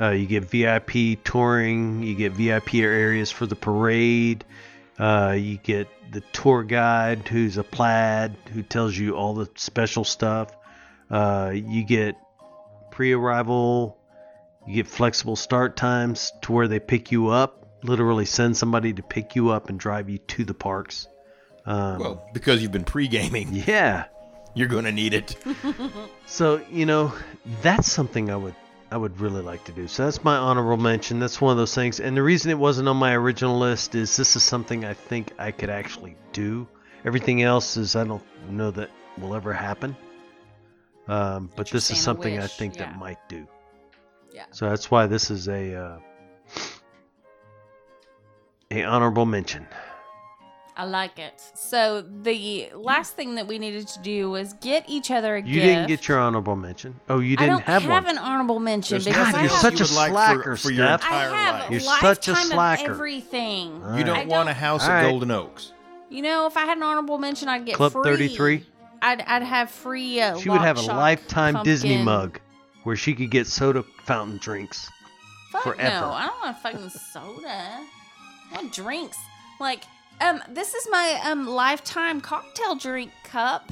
uh, you get VIP touring, you get VIP areas for the parade, uh, you get the tour guide who's a plaid who tells you all the special stuff. Uh, you get pre-arrival, you get flexible start times to where they pick you up, literally send somebody to pick you up and drive you to the parks. Um, Well, because you've been pre gaming, yeah. you're going to need it. So you know, that's something I would I would really like to do. So that's my honorable mention. That's one of those things. And the reason it wasn't on my original list is this is something I think I could actually do. Everything else is I don't know that will ever happen. Um, but this Interesting, is a something I wish, think yeah. that might do. Yeah. So that's why this is a uh, a honorable mention. I like it. So the last thing that we needed to do was get each other a You gift. didn't get your honorable mention. Oh, you I didn't don't have, one. an honorable mention There's because God, I you're have, such a you would like for- slacker, for your Steph. I have You're lifetime such a of slacker. everything. All You right. don't I want a don't- house All at right. Golden Oaks. You know, if I had an honorable mention, I'd get Club free. 33? I'd I'd have free. Uh, She would have a lock-shock lifetime Disney pumpkin. mug where she could get soda fountain drinks. Fuck forever. No, I don't want fucking soda. I want drinks. Like, um, this is my um lifetime cocktail drink cup.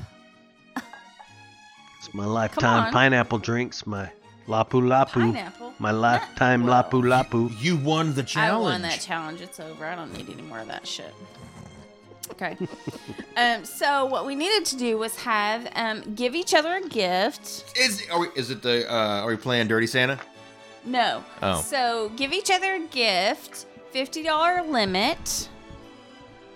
It's my lifetime on. pineapple drinks, my lapu lapu. Pineapple. My lifetime Well, lapu lapu. You won the I challenge. won that challenge. It's over. I don't need any more of that shit. Okay. um. So what we needed to do was have um give each other a gift. Is are we, is it the uh, are we playing Dirty Santa? No. Oh. So give each other a gift. Fifty dollar limit.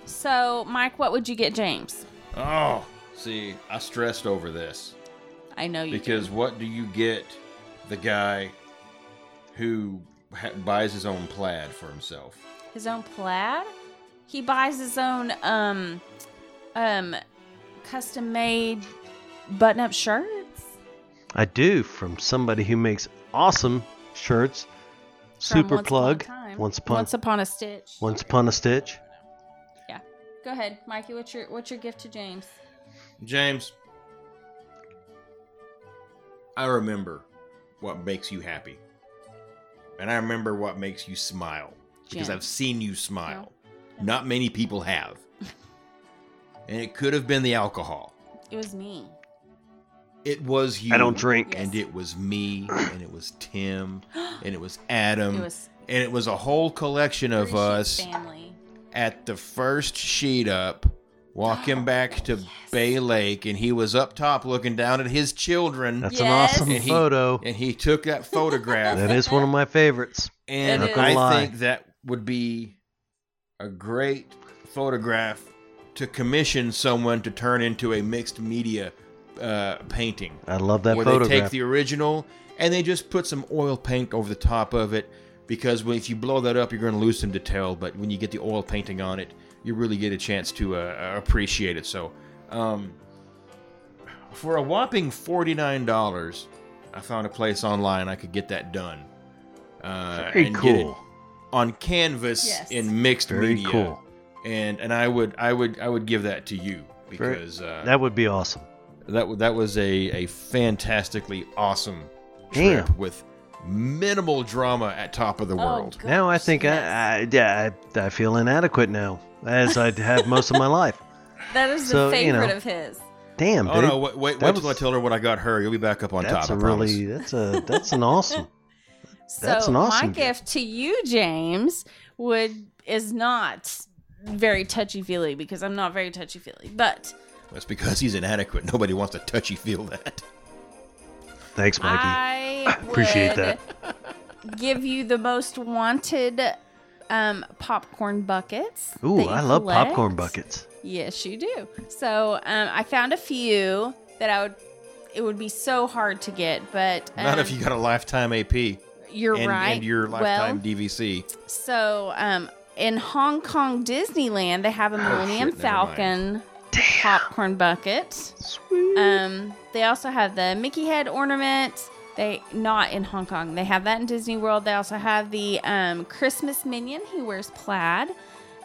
So Mike, what would you get James? Oh, see, I stressed over this I know you. did. because what do you get the guy who ha- buys his own plaid for himself? his own plaid. He buys his own um um custom made button up shirts. I do from somebody who makes awesome shirts. from Super Once Upon a plug. Time. once upon once upon a stitch. once upon a stitch. Yeah. Go ahead, Mikey. What's your what's your gift to James? James, I remember what makes you happy, and I remember what makes you smile because Jim. I've seen you smile. Not many people have, and it could have been the alcohol. It was me. It was you. I don't drink. Yeah. and it was me and it was tim and it was adam It was and it was a whole collection Three of Sheep us family. at the first sheet up walking back to bay lake and he was up top looking down at his children That's an Yes. awesome And he- photo. and he took that photograph That is one of my favorites. and It is. i Lie. think that would be a great photograph to commission someone to turn into a mixed media uh, painting I love that where they take photograph. the original and they just put some oil paint over the top of it because when- if you blow that up, you're going to lose some detail. But when you get the oil painting on it, you really get a chance to uh, uh, appreciate it. So, um, for a whopping forty-nine dollars, I found a place online I could get that done. Uh, Very and get it cool. on canvas Yes. in mixed Very media. cool. And and I would I would I would give that to you Very- because uh, That would be awesome. that w- that was a, a fantastically awesome trip Damn. with minimal drama at top of the world. Oh, Now I gosh, think yes. I, I yeah I, I feel inadequate now, as I have most of my life. that is so, the you favorite know, of his. Damn, Oh dude. no! Wait, wait, That wait till I was- tell her what I got her. You'll be back up on that's top. I a promise. really that's a that's an awesome. So That's an awesome my gift. gift to you, James, would is not very touchy feely because I'm not very touchy feely, but That's because he's inadequate. Nobody wants to touchy feel that. Thanks, Mikey. I Appreciate would that. Give you the most wanted um, popcorn buckets. that Ooh, you I love collect. popcorn buckets. Yes, you do. So um, I found a few that I would. It would be so hard to get, but um, Not if you got a lifetime AP and, you're right. and your lifetime well, DVC. so um, in Hong Kong Disneyland, they have a Millennium Oh, never Falcon popcorn bucket. Sweet. Um, they also have the Mickey head ornament. They not in Hong Kong. They have that in Disney World. They also have the um, Christmas minion who wears plaid.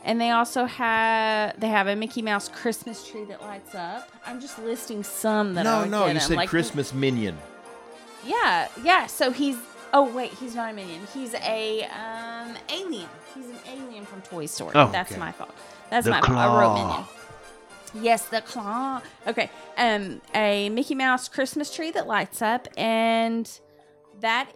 And they also have they have a Mickey Mouse Christmas tree that lights up. I'm just listing some that I no, would no, get you him, said like- Christmas minion. Yeah, yeah. So he's oh wait, he's not a minion. He's a um alien. He's an alien from Toy Story. Oh, That's okay. my fault. That's The my fault. I wrote claw. minion. Yes, the claw. Okay. Um, a Mickey Mouse Christmas tree that lights up, and that,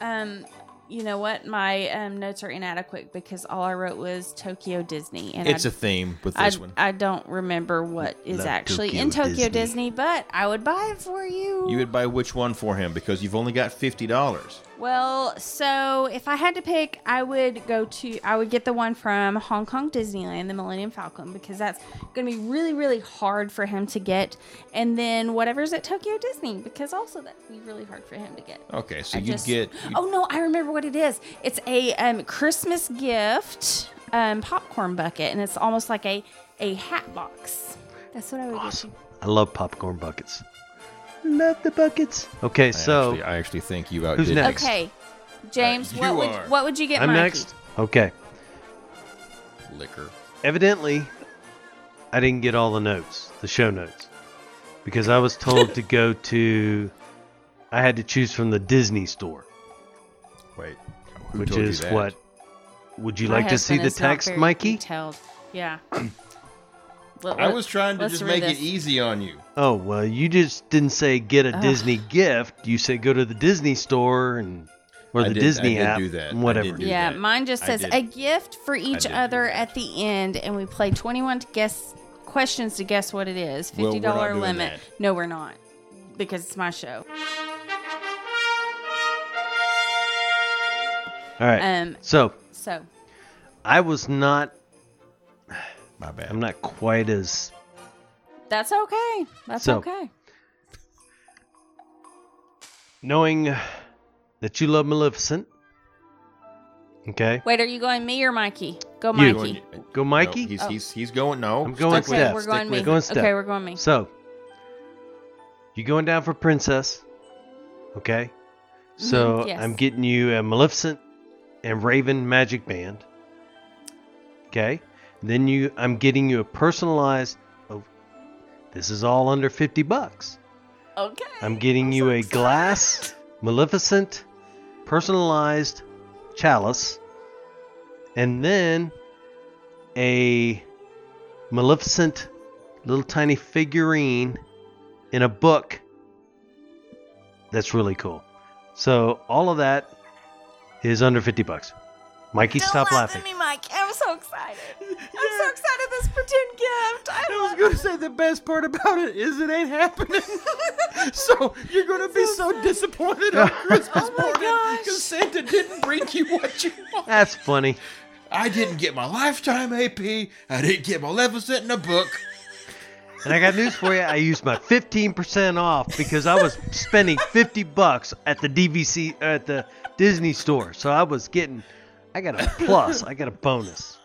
um, you know what? My um, notes are inadequate because all I wrote was Tokyo Disney, and It's I, a theme with I- this one. I don't remember what is Love actually Tokyo in Tokyo Disney. Disney. but I would buy it for you. You would buy which one for him because you've only got fifty dollars. Well, so if I had to pick, I would go to I would get the one from Hong Kong Disneyland, the Millennium Falcon, because that's going to be really really hard for him to get, and then whatever's at Tokyo Disney because also that'd be really hard for him to get. Okay, so I you just- get Oh no, I remember what it is. It's a um, Christmas gift um, popcorn bucket, and it's almost like a a hat box. That's what I would. get. Awesome. I love popcorn buckets. Love the buckets. Okay, so actually, I actually think you outdid Who's me. next? Okay, James, you what would are. what would you get? I'm Mikey? next. Okay. liquor. Evidently, I didn't get all the notes, the show notes, because I was told to go to. I had to choose from the Disney store, Wait, who which told you is that? what. Would you My like to see husband the is not text, very Mikey? Detailed. Yeah. Let- I let- was trying to let's just read make this. it easy on you. Oh well, you just didn't say get a Ugh. Disney gift. You said go to the Disney store and or I the did- I Disney did app, do that. and I whatever. did do Yeah, that. mine just I says did. a gift for each did do other that. at the end, and we play 21 to guess questions to guess what it is. $50 Well, we're not doing limit. that. No, we're not because it's my show. All right. Um, so so I was not. My bad. I'm not quite as. that's okay. That's So- okay. knowing that you love Maleficent. Okay. Wait, are you going me or Mikey? Go You. Mikey. Going- Go Mikey? No, he's, Oh. he's, he's going. No, I'm going stick Steph. okay, with it, we're stick going me. with Go it. on Steph. Okay, we're going me. So you going down for princess. Okay. So Mhm, yes. I'm getting you a Maleficent and Raven magic band. Okay. Then you I'm getting you a personalized oh this is all under fifty bucks. okay. I'm getting you a glass Maleficent personalized chalice and then a Maleficent little tiny figurine in a book. That's really cool. So all of that is under 50 bucks. Mikey, Don't stop laugh laughing. at me, Mikey. I'm so excited. I'm so excited at this pretend gift. I, love gonna say the best part about it is it ain't happening. so you're gonna be so, disappointed on Oh Christmas morning because Santa didn't bring you what you want. That's funny. I didn't get my lifetime AP. I didn't get Maleficent in a book. And I got news for you. I used my 15% off because I was spending 50 bucks at the DVC uh, at the Disney store. So I was getting I got a plus. I got a bonus.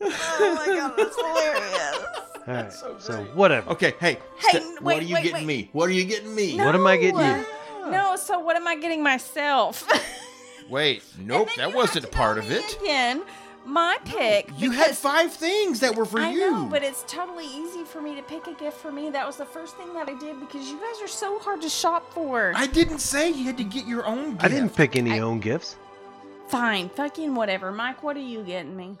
Oh my god, that's hilarious. All right. So, whatever. Okay, hey, Hey, Ste- wait, what are you wait, wait. getting me? What are you getting me? What am I getting you? No. No, so what am I getting myself? Wait, And nope, then you that have wasn't a to go part of me it. Again, my pick. You had because- five things that were for I you. know, but it's totally easy for me to pick a gift for me. That was the first thing that I did because you guys are so hard to shop for. I didn't say you had to get your own gift. I didn't pick any own gifts. Fine, fucking whatever. Mike, what are you getting me?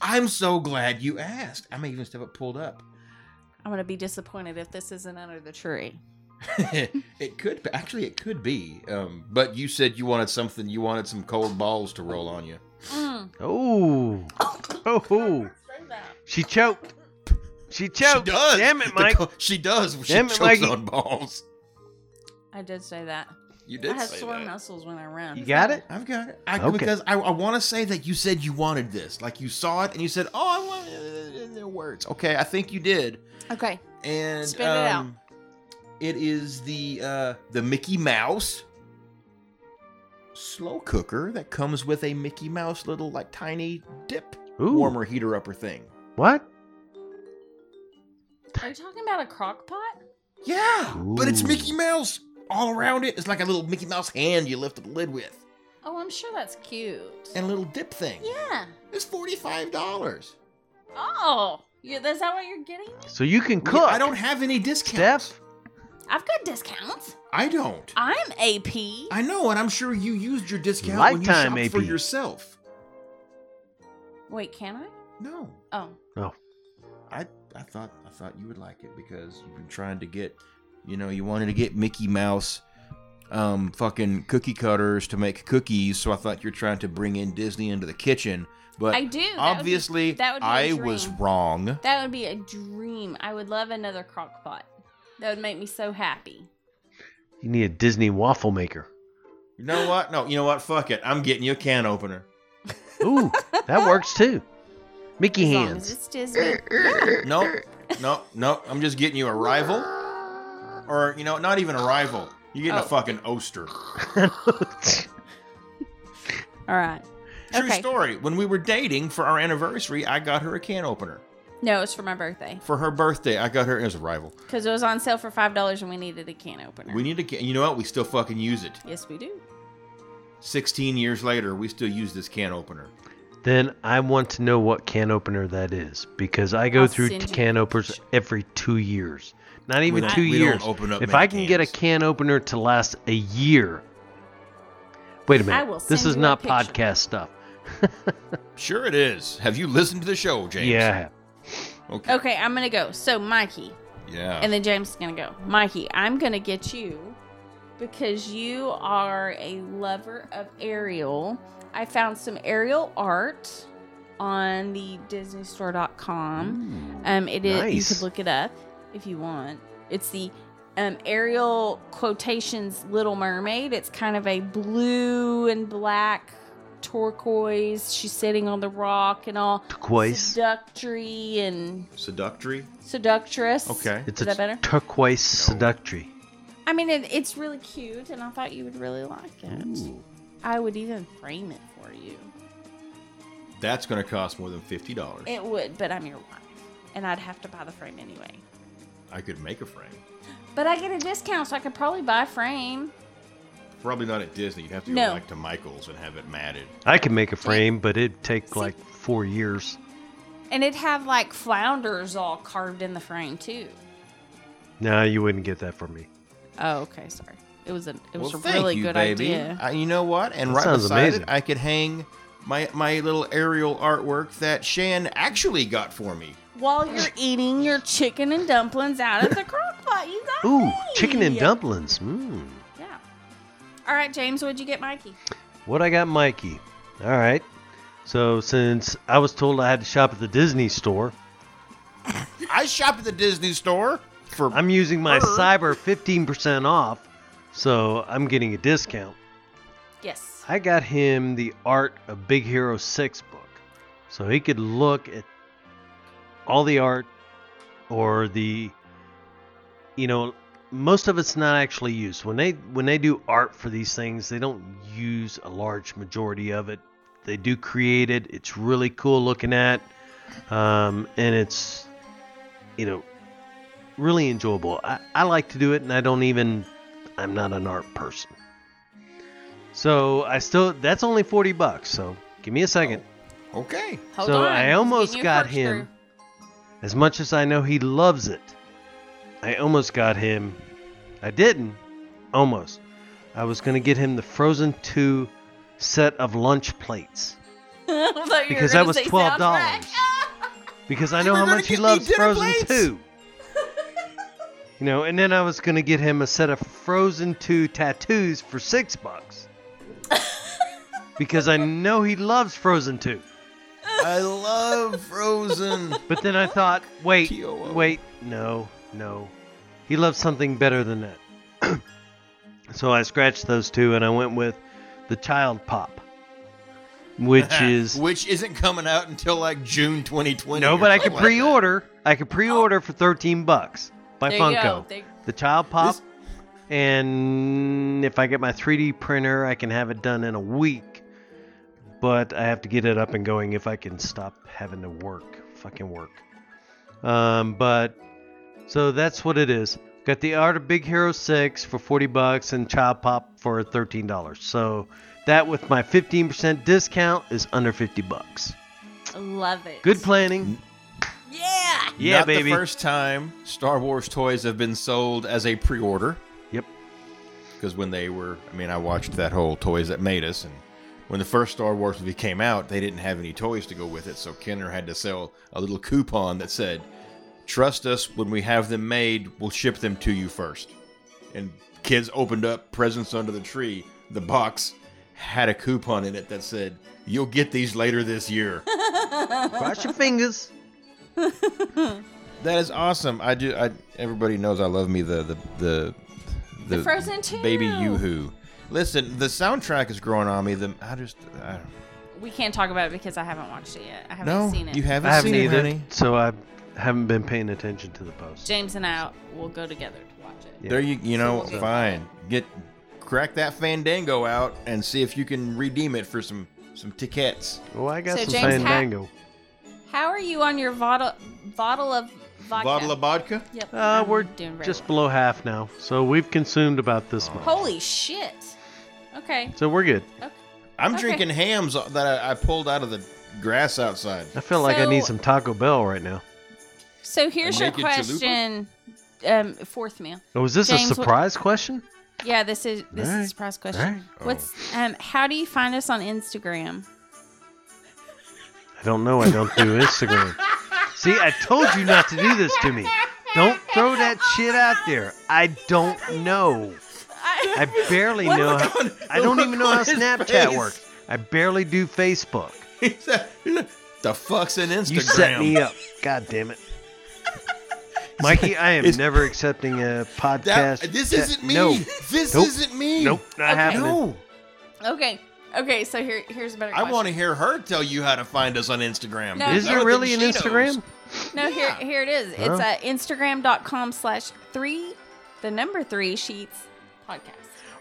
I'm so glad you asked. I may even have it pulled up. I'm gonna be disappointed if this isn't under the tree. it could be. actually it could be. Um, but you said you wanted something. You wanted some cold balls to roll on you. Mm. Oh. Oh. hoo. She choked. She choked. She does. Damn it, The Mike. co- she does. She Damn it, chokes Mikey. on balls. I did say that. You I did have say sore that. muscles when I run. You got it? I've got it. I, Okay. Because I, I want to say that you said you wanted this. Like you saw it and you said, "Oh, I want." it," In their words, okay. I think you did. Okay. And Spit it out. um, It is the uh, the Mickey Mouse slow cooker that comes with a Mickey Mouse little like tiny dip Ooh. warmer heater upper thing. What? Are you talking about a crock pot? Yeah, but it's Ooh. Mickey Mouse all around it. It's like a little Mickey Mouse hand you lift the lid with. Oh, I'm sure that's cute. and a little dip thing. yeah. It's forty-five dollars. Oh, you, is that what you're getting? So you can cook. I don't have any discounts. Steph. I've got discounts. I don't. I'm AP. I know, and I'm sure you used your discount Lifetime when you shopped for AP. yourself. Wait, can I? No, Oh, I I thought I thought you would like it because you've been trying to get, you know, you wanted to get Mickey Mouse, um, fucking cookie cutters to make cookies. So I thought you're trying to bring in Disney into the kitchen, but I do. That would be- Obviously, that would be a I was dream. wrong. That would be a dream. I would love another crock pot. That would make me so happy. You need a Disney waffle maker. You know what? No, you know what? Fuck it. I'm getting you a can opener. Ooh, that works too. Mickey As long as hands. it's Disney. Yeah. No, no, no. I'm just getting you a rival, or you know, not even a rival. You're getting Oh. a fucking oster. All right. True Okay. story. When we were dating for our anniversary, I got her a can opener. No, it's for my birthday For her birthday, I got her as a rival. because it was on sale for five dollars and we needed a can opener. We need a can. You know what? We still fucking use it. yes, we do. 16 years later, we still use this can opener. then I want to know what can opener that is because I go I'll through send you can a openers picture. every two years. Not even don't- two we don't years. open up if many I can get a cans. can opener to last a year. Wait a minute. I will this send is you a not picture. podcast stuff. Sure, it is. Have you listened to the show, James? Yeah. Okay. Okay, I'm gonna go. So, Mikey, Yeah. and then James is gonna go. Mikey, I'm gonna get you because you are a lover of Ariel. I found some Ariel art on the DisneyStore.com. Um, it is. You Mm, Nice. could look it up if you want. It's the um, Ariel quotations Little Mermaid. It's kind of a blue and black turquoise. She's sitting on the rock and all Turquoise. seductory and Seductory. seductress. Okay. It's Is a that better? turquoise No. seductory. I mean, it, it's really cute, and I thought you would really like it. I would even frame it for you. That's going to cost more than fifty dollars. It would, but I'm your wife, and I'd have to buy the frame anyway. I could make a frame. But I get a discount, so I could probably buy a frame. Probably not at Disney. You'd have to go No. back to Michael's and have it matted. I can make a frame, but it'd take See- like four years. And it'd have like flounders all carved in the frame too. No, you wouldn't get that from me. Oh, okay, sorry. It was a it was well, a thank really you, good baby. idea. Uh, you know what? And That right sounds beside amazing. it, I could hang my my little aerial artwork that Shan actually got for me. While you're eating your chicken and dumplings out of the crock pot, you got Ooh, me. chicken and dumplings. Mmm. Yeah. All right, James, what'd you get, Mikey? What I got, Mikey. All right. So since I was told I had to shop at the Disney store, I shop at the Disney store for I'm using my Her. cyber 15% off, so I'm getting a discount. Yes. I got him the Art of Big Hero 6 book. So he could look at all the art or the you know, most of it's not actually used. When they when they do art for these things, they don't use a large majority of it. They do create it. It's really cool looking at. Um, and it's you know really enjoyable. I, I like to do it and I don't even I'm not an art person. So I still that's only forty bucks. So give me a second. Okay. Oh, Hold so on. I he's almost getting you a got corkscrew. him. As much as I know he loves it, I almost got him. I didn't. Almost. I was gonna get him the Frozen Two set of lunch plates I thought you were Because gonna that was say $12. soundtrack. because I You know were how gonna much he get me loves dinner Frozen plates? Two. you know, and then I was gonna get him a set of Frozen Two tattoos for six bucks because I know he loves Frozen Two. I love Frozen. But then I thought, wait, TOO. wait, no, no. He loves something better than that. so I scratched those two and I went with the Child Pop, which is. which isn't coming out until like June 2020. No, or but I something could like that. pre order. I could pre order for 13 bucks by Oh. There you Funko. go. There- The Child Pop. This- And if I get my 3D printer, I can have it done in a week. But I have to get it up and going if I can stop having to work. Fucking work. Um, but so that's what it is. Got the Art of Big Hero 6 for 40 bucks and Child Pop for $13. So that with my 15% discount is under 50 bucks. Love it. Good Mm, planning. Yeah. Yeah, Not baby. the first time Star Wars toys have been sold as a pre-order. Yep. Because when they were, I mean, I watched that whole Toys That Made Us, and when the first Star Wars movie came out, they didn't have any toys to go with it, so Kenner had to sell a little coupon that said, "Trust us, when we have them made, we'll ship them to you first. And kids opened up presents under the tree. The box had a coupon in it that said, "You'll get these later this year." Cross your fingers. That is awesome. I do. I everybody knows I love me the the the the, The Frozen 2. baby yoo-hoo. Listen, the soundtrack is growing on me. The I just I don't We can't talk about it because I haven't watched it yet. I haven't no, seen it. you haven't, I haven't seen it, either, honey. so I haven't been paying attention to the post. James and I will go together to watch it. Yeah. There you you know So- fine get crack that Fandango out and see if you can redeem it for some some tickets. Well, I got So some James ha- Fandango. How are you on your bottle bottle of vodka? Bottle of vodka. Yep. Uh, I'm we're doing very just well. Oh. below half now, so we've consumed about this much. Holy shit. Okay. So we're good. I'm Okay. drinking hams that I, I pulled out of the grass outside. I feel like I So- need some Taco Bell right now. So here's A your naked question. Um, fourth meal. Oh, is this James, a what- surprise question? Yeah, this is this is a Alright, surprise question. alright. What's um? How do you find us on Instagram? I don't know. I don't do Instagram. See, I told you not to do this to me. Don't throw that shit out there. I don't know. I barely know. How, I don't even know how Snapchat works. I barely do Facebook. the fuck's an Instagram? You set me up. God damn it. Mikey, I am It's- never accepting a podcast. That, this that- isn't me. No. This Nope. isn't me. Nope. Not Okay. happening. No. Okay. Okay. So here here's a better. I Question. want to hear her tell you how to find us on Instagram. No. Is That's there everything really an she knows. Instagram? No, here Yeah. here it is. It's Huh? at Instagram.com slash three, the number three sheets podcast.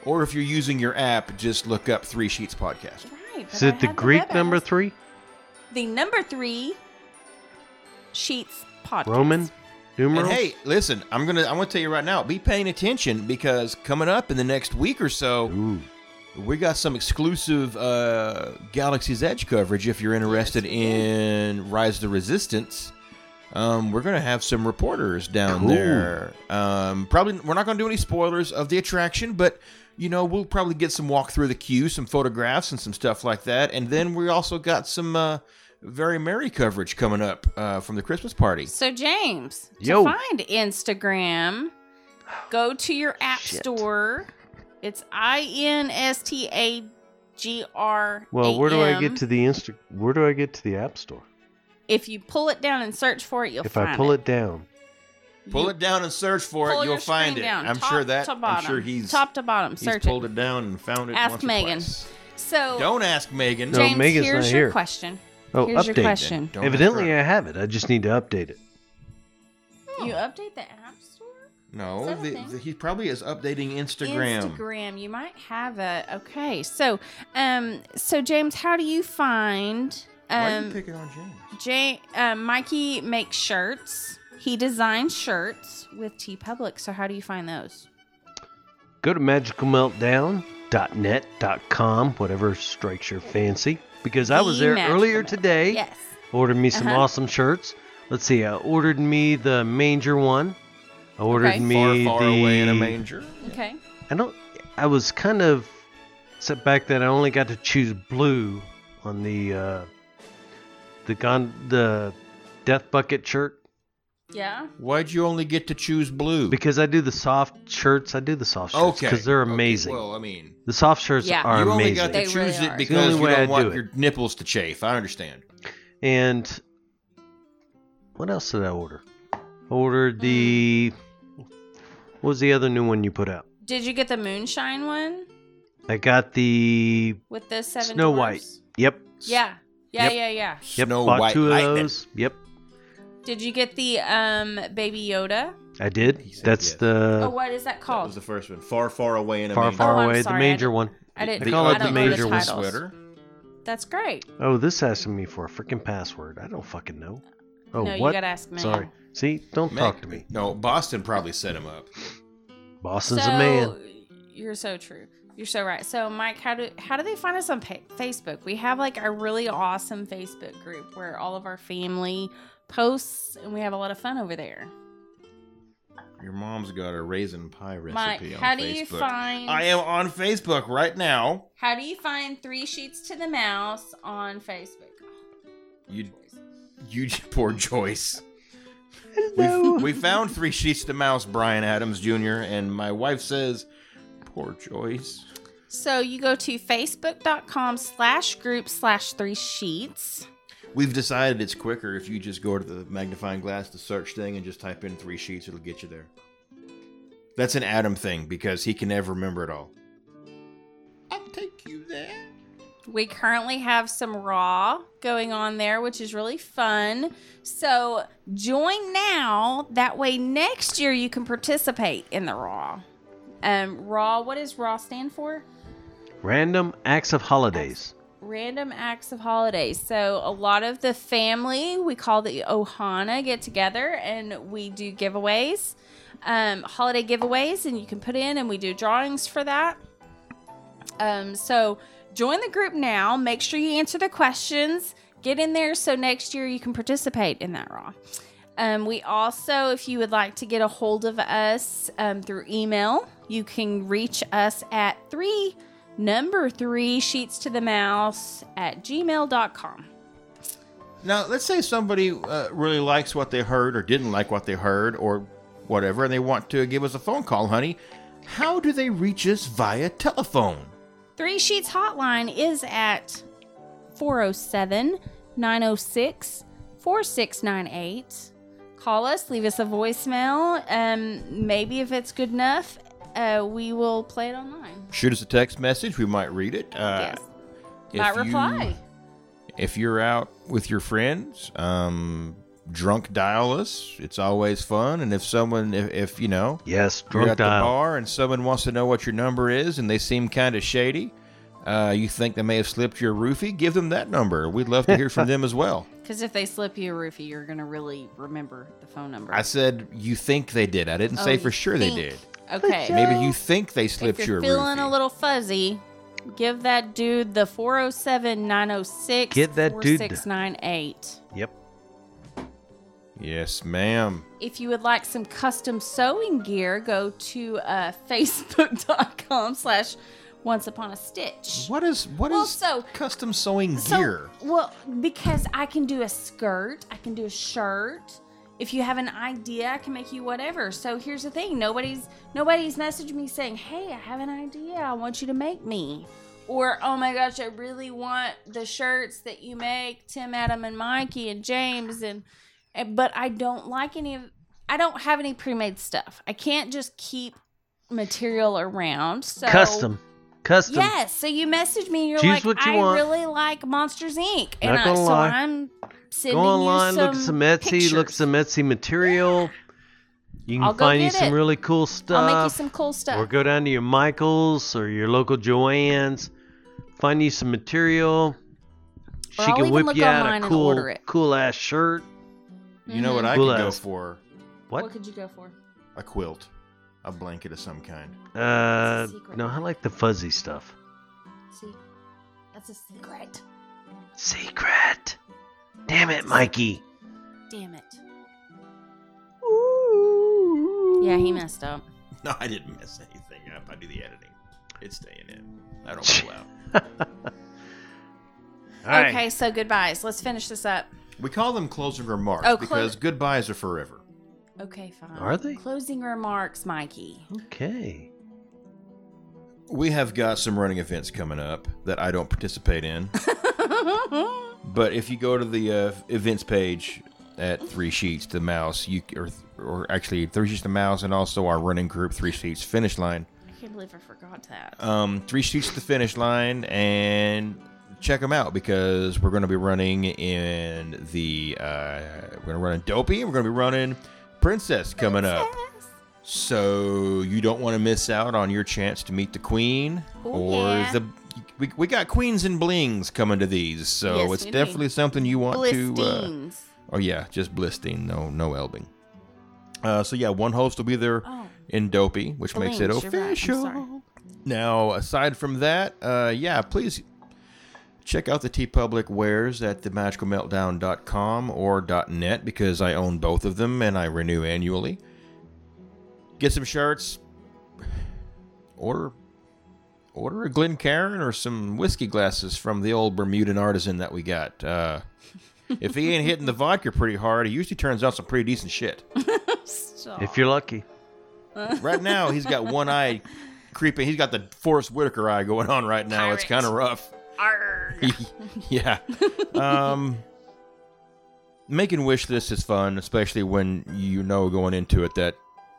Or if you're using your app, just look up Three Sheets Podcast. Right. but Is I it the had Greek web number address. three? The number three sheets podcast. Roman numeral? And hey, listen, I'm gonna I want to tell you right now, be paying attention because coming up in the next week or so, Ooh. we got some exclusive uh, Galaxy's Edge coverage. If you're interested in Rise of the Resistance, um, we're gonna have some reporters down Cool. there. Um, probably we're not gonna do any spoilers of the attraction, but you know we'll probably get some walk through the queue, some photographs, and some stuff like that. And then we also got some. Uh, very merry coverage coming up uh, from the Christmas party. So James, Yo. to find Instagram, go to your app Shit. store. It's I N S T A G R. Well, where do I get to the Insta? Where do I get to the App Store? If you pull it down and search for it, you'll If find I pull it down, Pull it down and search for Pull it. You'll your screen find it. down, I'm top sure that. to I'm bottom, sure he's top to bottom. he's Search pulled it. it down and found it. Ask once or Megan. Oh. twice. So Don't ask Megan. No, James, Megan's here's not your here. question. oh, here's update. your question. Don't ask Evidently, her. I have it. I just need to update it. You update the app store? No, Is that a the, thing? the, he probably is updating Instagram. Instagram. You might have a okay. So um so James, how do you find Why are you um picking on James? Jay, uh, Mikey makes shirts. He designs shirts with T Public. So how do you find those? Go to magicalmeltdown.net.com, whatever strikes your fancy. Because I was The there Magical earlier Meltdown. today. Yes. Ordered me some Uh-huh. awesome shirts. Let's see. I ordered me the manger one. I ordered Okay. me far, far the away in a manger. Okay. I don't. I was kind of set back that I only got to choose blue on the uh, the gon the death bucket shirt Yeah. Why'd you only get to choose blue? because I do the soft shirts. I do the soft shirts okay, because they're Okay, amazing. well, I mean, the soft shirts Yeah. are you only amazing, got They to choose really are. It's the it because only you way I don't do want it. your nipples to chafe. I understand. and what else did I order? I ordered the Hmm. what was the other new one you put out? Did you get the moonshine one I got the with the seven? Snow dwarfs? White. yep Yeah. Yeah. Yep. Yeah. Yeah. yep Snow bought White two of Lightning. those yep Did you get the um baby Yoda? I did He said that's yes. the oh, what is that That called? was the first one. Far, far away in a far manger. far Oh, I'm away sorry, I the major didn't- one I didn't. They call it I don't the know major the one. titles. sweater. That's great. Oh, this asking me for a freaking password. I don't fucking know. Oh, no, what? you gotta ask me. Sorry. See, don't Mac- talk to me. No, Boston probably set him up. Boston's a man. You're so true. You're so right. So, Mike, how do how do they find us on pa- Facebook? We have like a really awesome Facebook group where all of our family posts, and we have a lot of fun over there. Your mom's got a raisin pie recipe Mike, on how Facebook. do you find? I am on Facebook right now. How do you find three sheets to the mouse on Facebook? You, you poor Joyce. Hello. We, we found three sheets to mouse, Brian Adams Jr., and my wife says, "Poor Joyce." So you go to facebook.com slash group slash three sheets. We've decided it's quicker if you just go to the magnifying glass, the search thing, and just type in three sheets. It'll get you there. That's an Adam thing because he can never remember it all. I'll take you there. We currently have some raw going on there, which is really fun. So join now. That way next year you can participate in the raw. Um, raw, what does raw stand for? Random acts of holidays. random acts of holidays. So a lot of the family we call the Ohana get together and we do giveaways, um, holiday giveaways, and you can put in and we do drawings for that. Um, so join the group now. Make sure you answer the questions. Get in there so next year you can participate in that raw. Um, we also, if you would like to get a hold of us um, through email, you can reach us at three number three sheets to the mouse at gmail.com. Now, let's say somebody uh, really likes what they heard, or didn't like what they heard, or whatever, and they want to give us a phone call, honey. How do they reach us via telephone? Three Sheets Hotline is at 407 906 4698. Call us, leave us a voicemail. Um, maybe if it's good enough, uh, we will play it online. Shoot us a text message. We might read it. Uh, yes. Might if you- reply. if you're out with your friends, um, drunk dial us. It's always fun. And if someone, if, if you know, Yes, you're drunk at the dial. bar and someone wants to know what your number is and they seem kind of shady, uh, you think they may have slipped your roofie, give them that number. We'd love to hear from them as well. Because if they slip you a roofie, you're going to really remember the phone number. I said, you think they did. I didn't Oh, say you for sure they think. did. Okay. Maybe you think they if slipped you're your feeling roofie. a little fuzzy, give that dude the 407 906 Get that dude the- 4698. Yep. yes, ma'am. If you would like some custom sewing gear, go to uh, facebook.com slash once upon a stitch. What is what is Well, so- custom sewing So- gear? well, because I can do a skirt, I can do a shirt. If you have an idea, I can make you whatever. So here's the thing: nobody's nobody's messaged me saying, "Hey, I have an idea. I want you to make me," or "Oh my gosh, I really want the shirts that you make, Tim, Adam, and Mikey, and James, and, and but I don't like any of. I don't have any pre-made stuff. I can't just keep material around. So Custom. Custom. Yes. So you messaged me and you're Choose like, what you I want. really like Monsters Inc. And Not I, gonna so lie. I'm sending Go online, you some look at some Etsy, look at pictures. some Etsy material. You can I'll go find you get some it. really cool stuff. I'll make you some cool stuff. Or go down to your Michaels or your local Joann's. Find you some material. Or she I'll can even whip look you out online a and cool, order it. cool ass shirt. You know what I Cool could go ass. for? what? What? could you go for? A quilt, a blanket of some kind. Uh, It's a secret. no, I like the fuzzy stuff. See, that's a secret. Secret. Damn it, Mikey. Damn it. Yeah, he messed up. No, I didn't mess anything up. I do the editing. It's staying in. I don't blow out. All right. Okay, so goodbyes. Let's finish this up. We call them closing remarks Oh, clo- because goodbyes are forever. Okay, fine. Are they? Closing remarks, Mikey. Okay. We have got some running events coming up that I don't participate in. but if you go to the uh, events page at Three Sheets to Mouse, you or or actually Three Sheets to Mouse, and also our running group Three Sheets Finish Line. I can't believe I forgot that. um, three sheets to the finish line and check them out because we're going to be running in the uh, we're going to run in dopey and we're going to be running princess coming up so you don't want to miss out on your chance to meet the queen Oh, or yeah. the we, we got queens and blings coming to these so Yes, it's we do. definitely something you want to uh, Blistines. Oh yeah, just Blistine, no no Elbing. Uh, so yeah, one host will be there Oh, in Dopey, which makes it Blings, you're right, I'm official. sorry. Now, aside from that, uh, yeah, please check out the T Public wares at themagicalmeltdown.com or .net because I own both of them and I renew annually. Get some shirts. Order order a Glencairn or some whiskey glasses from the old Bermudan artisan that we got. Uh, if he ain't hitting the vodka pretty hard, he usually turns out some pretty decent shit. Stop. If you're lucky. Right now, he's got one eye creeping. He's got the Forrest Whitaker eye going on right now. It's Pirate. kind of rough. Arrgh. yeah. Um, making wish lists is fun, especially when you know going into it that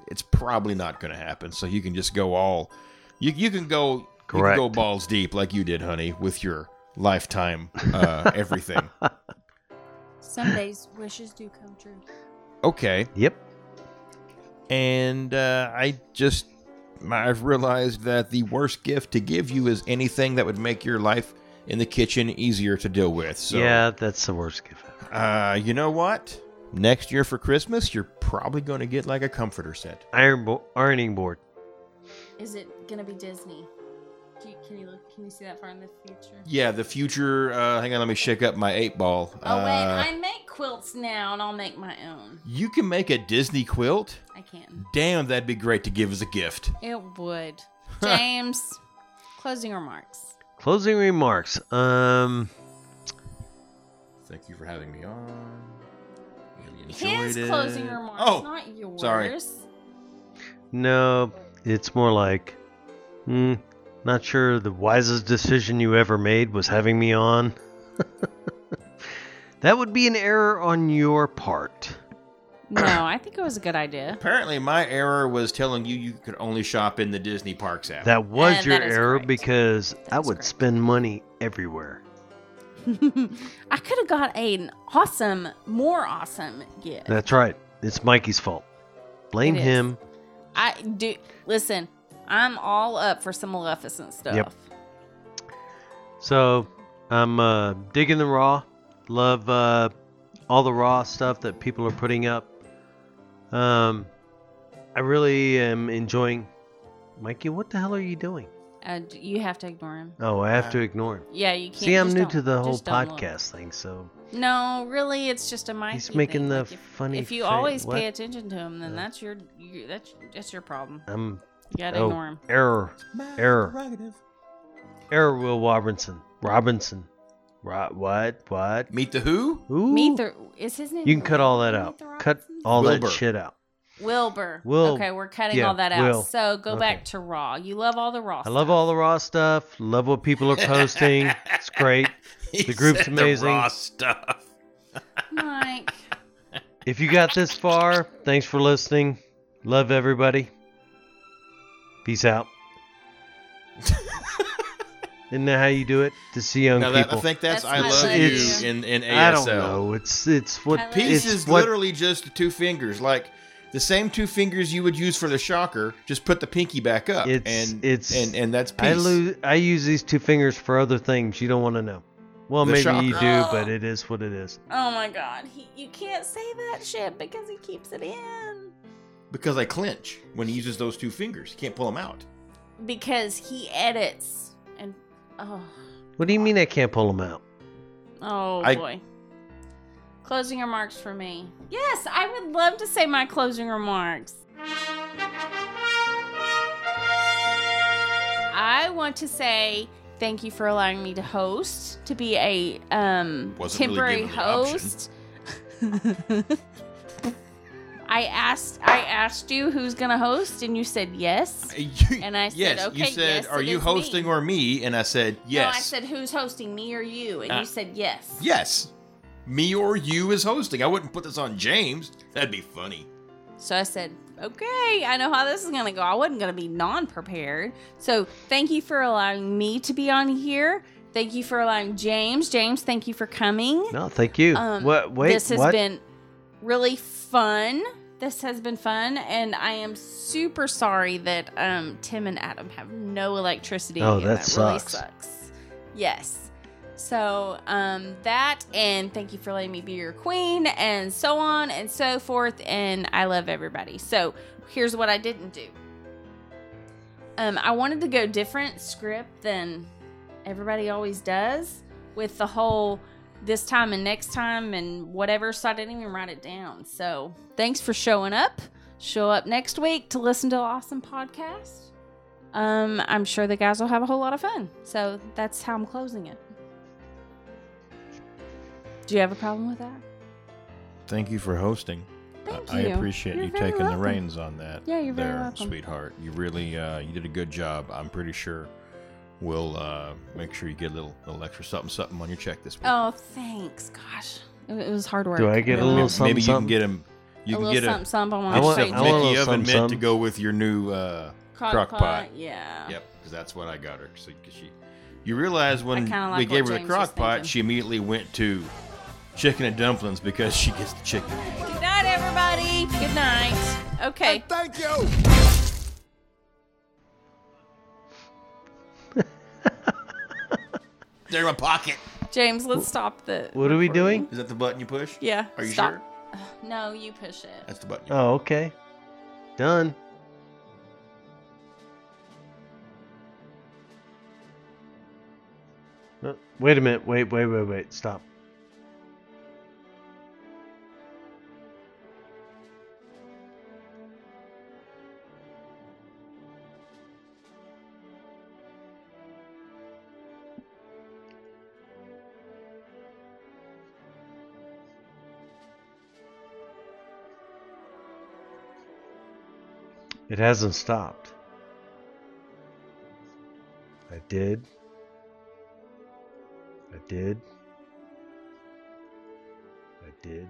it's probably not going to happen. So you can just go all, you you can go you can Correct. go balls deep like you did, honey, with your lifetime uh, everything. Some days wishes do come true. Okay. Yep. and uh, I just I've realized that the worst gift to give you is anything that would make your life in the kitchen easier to deal with. So, yeah, that's the worst gift ever. uh, you know what? Next year for Christmas, you're probably going to get like a comforter set. Iron bo- ironing board. Is it gonna be Disney? Do you, can you look? Can you see that far in the future? Uh, Yeah, the future. Uh, hang on, let me shake up my eight ball. Oh wait, Uh, I make quilts now, and I'll make my own. you can make a Disney quilt. I can. Damn, that'd be great to give as a gift. It would. James, closing remarks. Closing remarks. Um, Thank you for having me on. Really His enjoyed closing it. remarks, Oh, not yours. sorry. no, it's more like, hmm, not sure the wisest decision you ever made was having me on. that would be an error on your part. No, I think it was a good idea. Apparently, my error was telling you you could only shop in the Disney Parks app. That was And your that is error correct. because I is would correct. spend money everywhere. I could have got an awesome, more awesome gift. That's right. It's Mikey's fault. Blame It is. him. I do listen. I'm all up for some Maleficent stuff. Yep. So I'm uh, digging the raw. Love uh, all the raw stuff that people are putting up. Um, I really am enjoying. Mikey, what the hell are you doing? Uh, d- you have to ignore him. Oh, I have to ignore him. Yeah, you can't. See, I'm just new don't- to the whole just don't look. podcast thing, so No, really, it's just a mind. he's making the if, funny. If you fa- always what? pay attention to him, then Uh. that's your you, that's that's your problem. I'm You gotta Oh. ignore him. error, My Error. prerogative. error. Will Robinson, Robinson, right? What? What? Meet the Who? Ooh, Meet the is his name? you can cut all that Meet out. the Cut Robinsons? all Wilbur. that shit out. Wilbur. Wil- okay, we're cutting yeah, all that out. Will. So go Okay. back to Raw. You love all the Raw. I love all the raw stuff. Love what people are posting. it's great. He The group's said amazing. The raw stuff. Mike. If you got this far, thanks for listening. Love everybody. Peace out. Isn't that how you do it? To see young Now that, I people. think that's, That's I my love love you It's- in, in ASL. I don't know. It's it's I what like Peace it's is what literally just two fingers, like the same two fingers you would use for the shocker. Just put the pinky back up, It's- and it's- and and that's peace. I lose. I use these two fingers for other things you don't want to know. Well, The maybe shocker. you do, but it is what it is. Oh my God. He, you can't say that shit because he keeps it in. because I clench when he uses those two fingers. He can't pull them out. Because he edits and oh What do you mean I can't pull them out? oh I- boy. Closing remarks for me. Yes, I would love to say my closing remarks. I want to say thank you for allowing me to host, to be a um, Wasn't really temporary given the option. host. I asked I asked you who's gonna host and you said yes. You- And I said, yes, you okay, said, yes, "Are it you is hosting me." or me?" And I said, "Yes." No, I said who's hosting, me or you? And Ah. you said yes. Yes. Me or you is hosting. I wouldn't put this on James. That'd be funny. So I said, okay, I know how this is going to go. I wasn't going to be non prepared. So thank you for allowing me to be on here. Thank you for allowing James. James, thank you for coming. No, thank you. Um, what? Wait, this has what? been really fun. This has been fun. And I am super sorry that um, Tim and Adam have no electricity. Oh, and that sucks. really sucks. Yes. So um, that, and thank you for letting me be your queen, and so on and so forth. And I love everybody. So here's what I didn't do. Um, I wanted to go different script than everybody always does with the whole this time and next time and whatever. So I didn't even write it down. So thanks for showing up. Show up next week to listen to an awesome podcast. Um, I'm sure the guys will have a whole lot of fun. So that's how I'm closing it. Do you have a problem with that? Thank you for hosting. Thank I you. appreciate You're you very taking welcome. the reins on that. Yeah, you're there, very welcome. sweetheart. You really uh, you did a good job. I'm pretty sure we'll uh, make sure you get a little little extra something something on your check this week. Oh, thanks. Gosh, it, it was hard work. Do I get a little Maybe- maybe something, you something? can get him. You a can little get something, a something I want- on my I Mickey plate? want a little oven something, mitt to something. go with your new. Uh, crock, crock pot. pot. Yeah. Yep, because that's what I got her. So 'cause she, you realize when kinda we like gave what her the James was crock pot, thinking. she immediately went to chicken and dumplings because she gets the chicken. Good night, everybody. Good night. Okay. Thank you. They're in my pocket. James, let's stop the. What are we recording. doing? Is that the button you push? Yeah. Are you stop. sure? No, you push it. That's the button. You Oh, okay. Done. Uh, Wait a minute. Wait, wait, wait, wait. Stop. It hasn't stopped. I did. I did. I did.